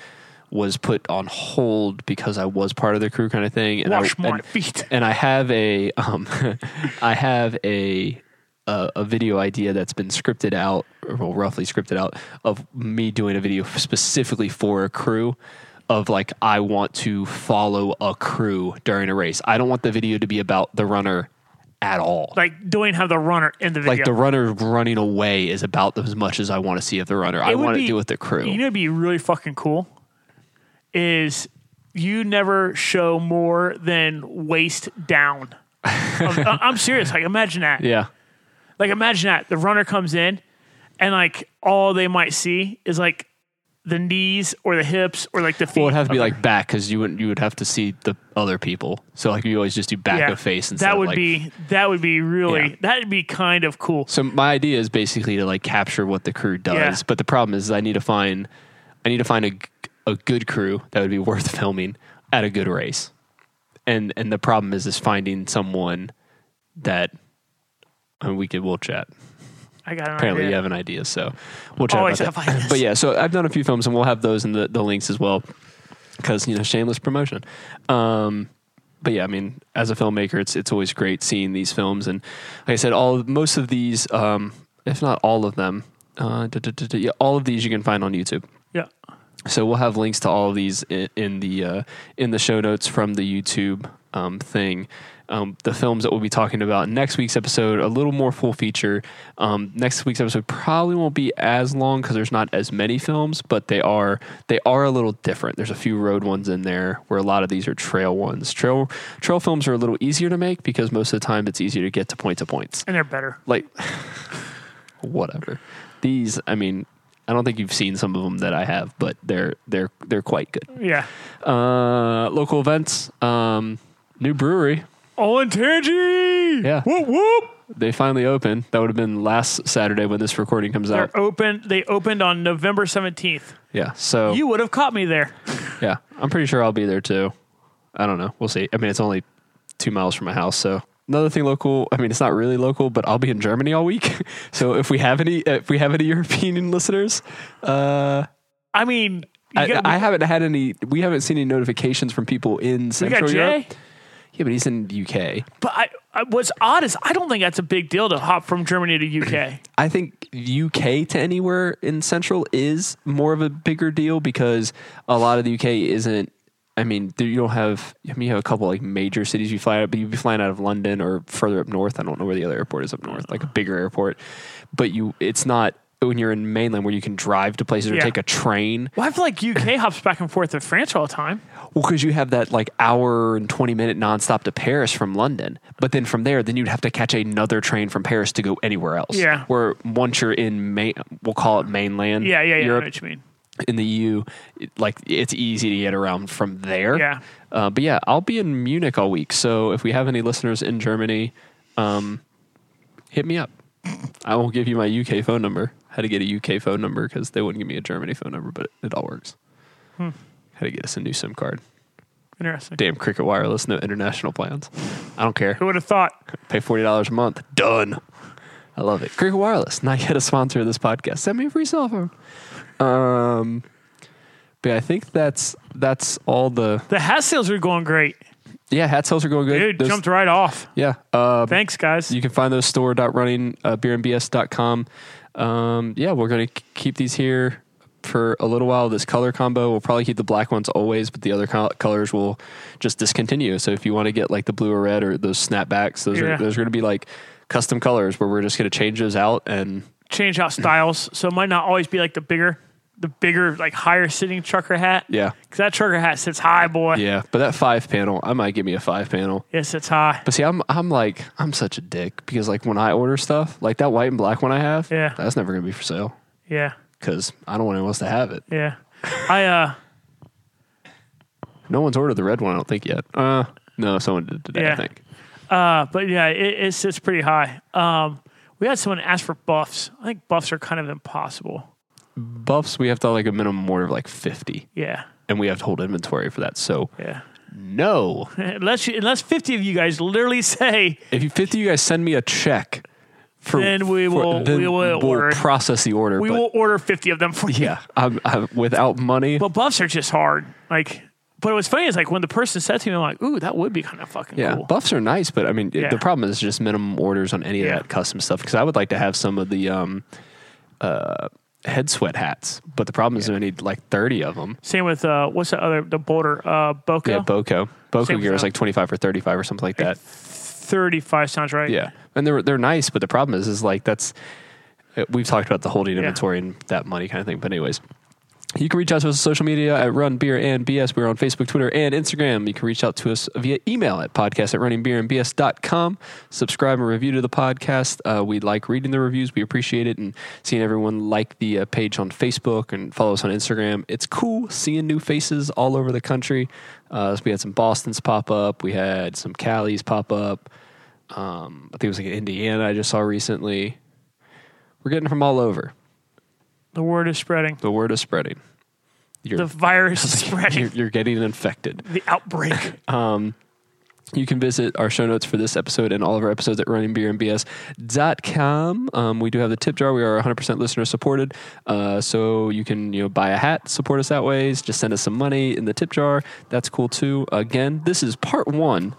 was put on hold because I was part of the crew, kind of thing. And I- Wash my and- feet. and I have a um, I have a, a a video idea that's been scripted out, or well, roughly scripted out of me doing a video specifically for a crew of like I want to follow a crew during a race. I don't want the video to be about the runner at all. Like, Like don't even have the runner in the video. the runner running away is about as much as I want to see of the runner. I It would want be- to do with the crew. You know, it'd be really fucking cool. Is you never show more than waist down. I'm, I'm serious. Like imagine that. yeah. Like imagine that the runner comes in, and like all they might see is like the knees or the hips or like the feet. Well, it'd have to be like back because you would you would have to see the other people. So like you always just do back of face instead. That of, would like- be that would be really Yeah. that'd be kind of cool. So my idea is basically to like capture what the crew does, Yeah. but the problem is I need to find I need to find a g- a good crew that would be worth filming at a good race, and and the problem is is finding someone that. And we could we'll chat. I got an Apparently, you idea. have an idea, so we'll chat Always about that. have ideas. But yeah, so I've done a few films, and we'll have those in the, the links as well, because you know, shameless promotion. Um, but yeah, I mean, as a filmmaker, it's it's always great seeing these films, and like I said, all most of these, um, if not all of them, uh, duh, duh, duh, duh, yeah, all of these you can find on YouTube. Yeah. So we'll have links to all of these in, in the uh, in the show notes from the YouTube um, thing. Um, the films that we'll be talking about in next week's episode, a little more full feature. Um, next week's episode probably won't be as long because there's not as many films, but they are they are a little different. There's a few road ones in there where a lot of these are trail ones. Trail trail films are a little easier to make because most of the time it's easier to get to point to points. And they're better. Like whatever. These, I mean, I don't think you've seen some of them that I have, but they're they're they're quite good. Yeah. Uh, local events, um, new brewery. All in Tergy. Yeah. Whoop whoop. They finally opened. That would have been last Saturday when this recording comes out. They're open. They opened on November seventeenth. Yeah. So You would have caught me there. yeah, I'm pretty sure I'll be there too. I don't know. We'll see. I mean, it's only two miles from my house, so. Another thing local, I mean, it's not really local, but I'll be in Germany all week. So if we have any, if we have any European listeners, uh, I mean, you I, got- I haven't had any. We haven't seen any notifications from people in we got Central Jay. Europe. Yeah, but he's in the UK. But I, I, what's odd is I don't think that's a big deal to hop from Germany to UK. I think UK to anywhere in Central is more of a bigger deal because a lot of the UK isn't. I mean, there- you don't have. I mean, you have a couple like major cities you fly out, but you'd be flying out of London or further up north. I don't know where the other airport is up north, Oh. like a bigger airport. But you, it's not when you're in mainland where you can drive to places or Yeah. take a train. well, I feel like UK hops back and forth to France all the time. Well, because you have that like hour and 20 minute nonstop to Paris from London. But then from there, then you'd have to catch another train from Paris to go anywhere else. Yeah. Where once you're in, main, we'll call it mainland. Yeah, yeah, yeah. I know Europe what you mean? in the EU, it- like it's easy to get around from there. Yeah. Uh, but yeah, I'll be in Munich all week. So if we have any listeners in Germany, um, hit me up. I won't give you my UK phone number. How to get a UK phone number because they wouldn't give me a Germany phone number, but it all works. Hmm. How to get us a new SIM card Interesting. damn cricket wireless no international plans i don't care Who would have thought? pay $40 a month done i love it cricket wireless not yet a sponsor of this podcast send me a free cell phone um but yeah, i think that's that's all the The hat sales are going great. yeah hat sales are going good Dude, Those- jumped right off. yeah um, Thanks, guys. you can find those uh, store.running.beerandbs.com. Um, yeah, we're going to keep these here for a little while. This color combo, we'll probably keep the black ones always, but the other col- colors will just discontinue. So if you want to get like the blue or red or those snapbacks, those Yeah. are those are going to be like custom colors where we're just going to change those out. And Change out styles, so it might not always be like the bigger, the bigger, like higher sitting trucker hat. yeah, because that trucker hat sits high, boy. yeah. But that five panel, I might give me a five panel. It sits high. But see, I'm I'm like I'm such a dick because like when I order stuff, like that white and black one I have, Yeah. that's never gonna be for sale Yeah, because I don't want anyone else to have it. yeah. I uh, No one's ordered the red one, I don't think yet. Uh, no, someone did today, I Yeah. think. uh, but yeah, it, it sits pretty high. Um, we had someone ask for buffs. I think buffs are kind of impossible. Buffs, we have to like a minimum order of like 50, Yeah, and we have to hold inventory for that. So, yeah. no. Unless you, unless fifty of you guys literally say If you 50, you guys send me a check for. Then we for- will- we will we'll order. process the order. we but will order fifty of them for you. Yeah, I'm, I'm, without money. But buffs are just hard. Like, but what's funny is like when the person said to me, I'm like, "Ooh, that would be kind of fucking yeah, cool." buffs are nice, but I mean, it- Yeah. the problem is just minimum orders on any of Yeah. that custom stuff because I would like to have some of the um, uh, head sweat hats, but the problem is we need like 30 of them. Same with uh, what's the other the boulder uh, Boco Yeah, Boco. Boco Same gear is style. like 25 or 35 or something like that. thirty five sounds right. Yeah, and they're they're nice, but the problem is is like that's uh, we've talked about the holding inventory and that money kind of thing. But anyways, You can reach out to us on social media at Run Beer and BS. We're on Facebook, Twitter, and Instagram. You can reach out to us via email at podcast at runningbeerandbs.com. Subscribe and review to the podcast. Uh, we like reading the reviews. We appreciate it and seeing everyone like the uh, page on Facebook and follow us on Instagram. It's cool seeing new faces all over the country. Uh, so we had some Boston's pop up. We had some Cali's pop up. Um, I think it was like in Indiana I just saw recently. We're getting from all over. The word is spreading. The word is spreading. You're, The virus is you're, spreading. you're getting infected. The outbreak. You can visit our show notes for this episode and all of our episodes at runningbeerandbs.com. Um, we do have the tip jar. We are 100% listener supported. Uh, so you can you know buy a hat, support us that way. Just send us some money in the tip jar. That's cool too. Again, this is part one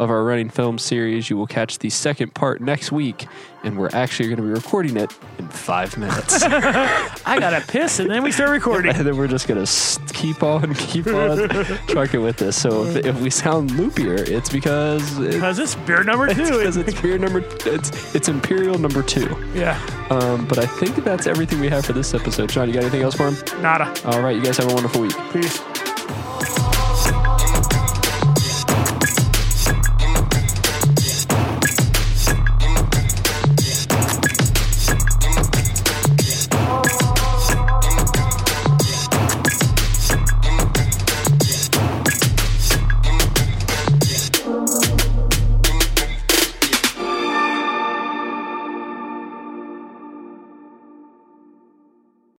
of our running film series. You will catch the second part next week, and we're actually going to be recording it in five minutes. I gotta piss, and then we start recording. and then we're just gonna s- keep on, keep on trucking with this. So if, if we sound loopier, it's because it, Because it's beer number two. because it's beer number, it's it's imperial number two. yeah, Um, but I think that's everything we have for this episode. John, you got anything else for him? nada. All right, you guys have a wonderful week. Peace.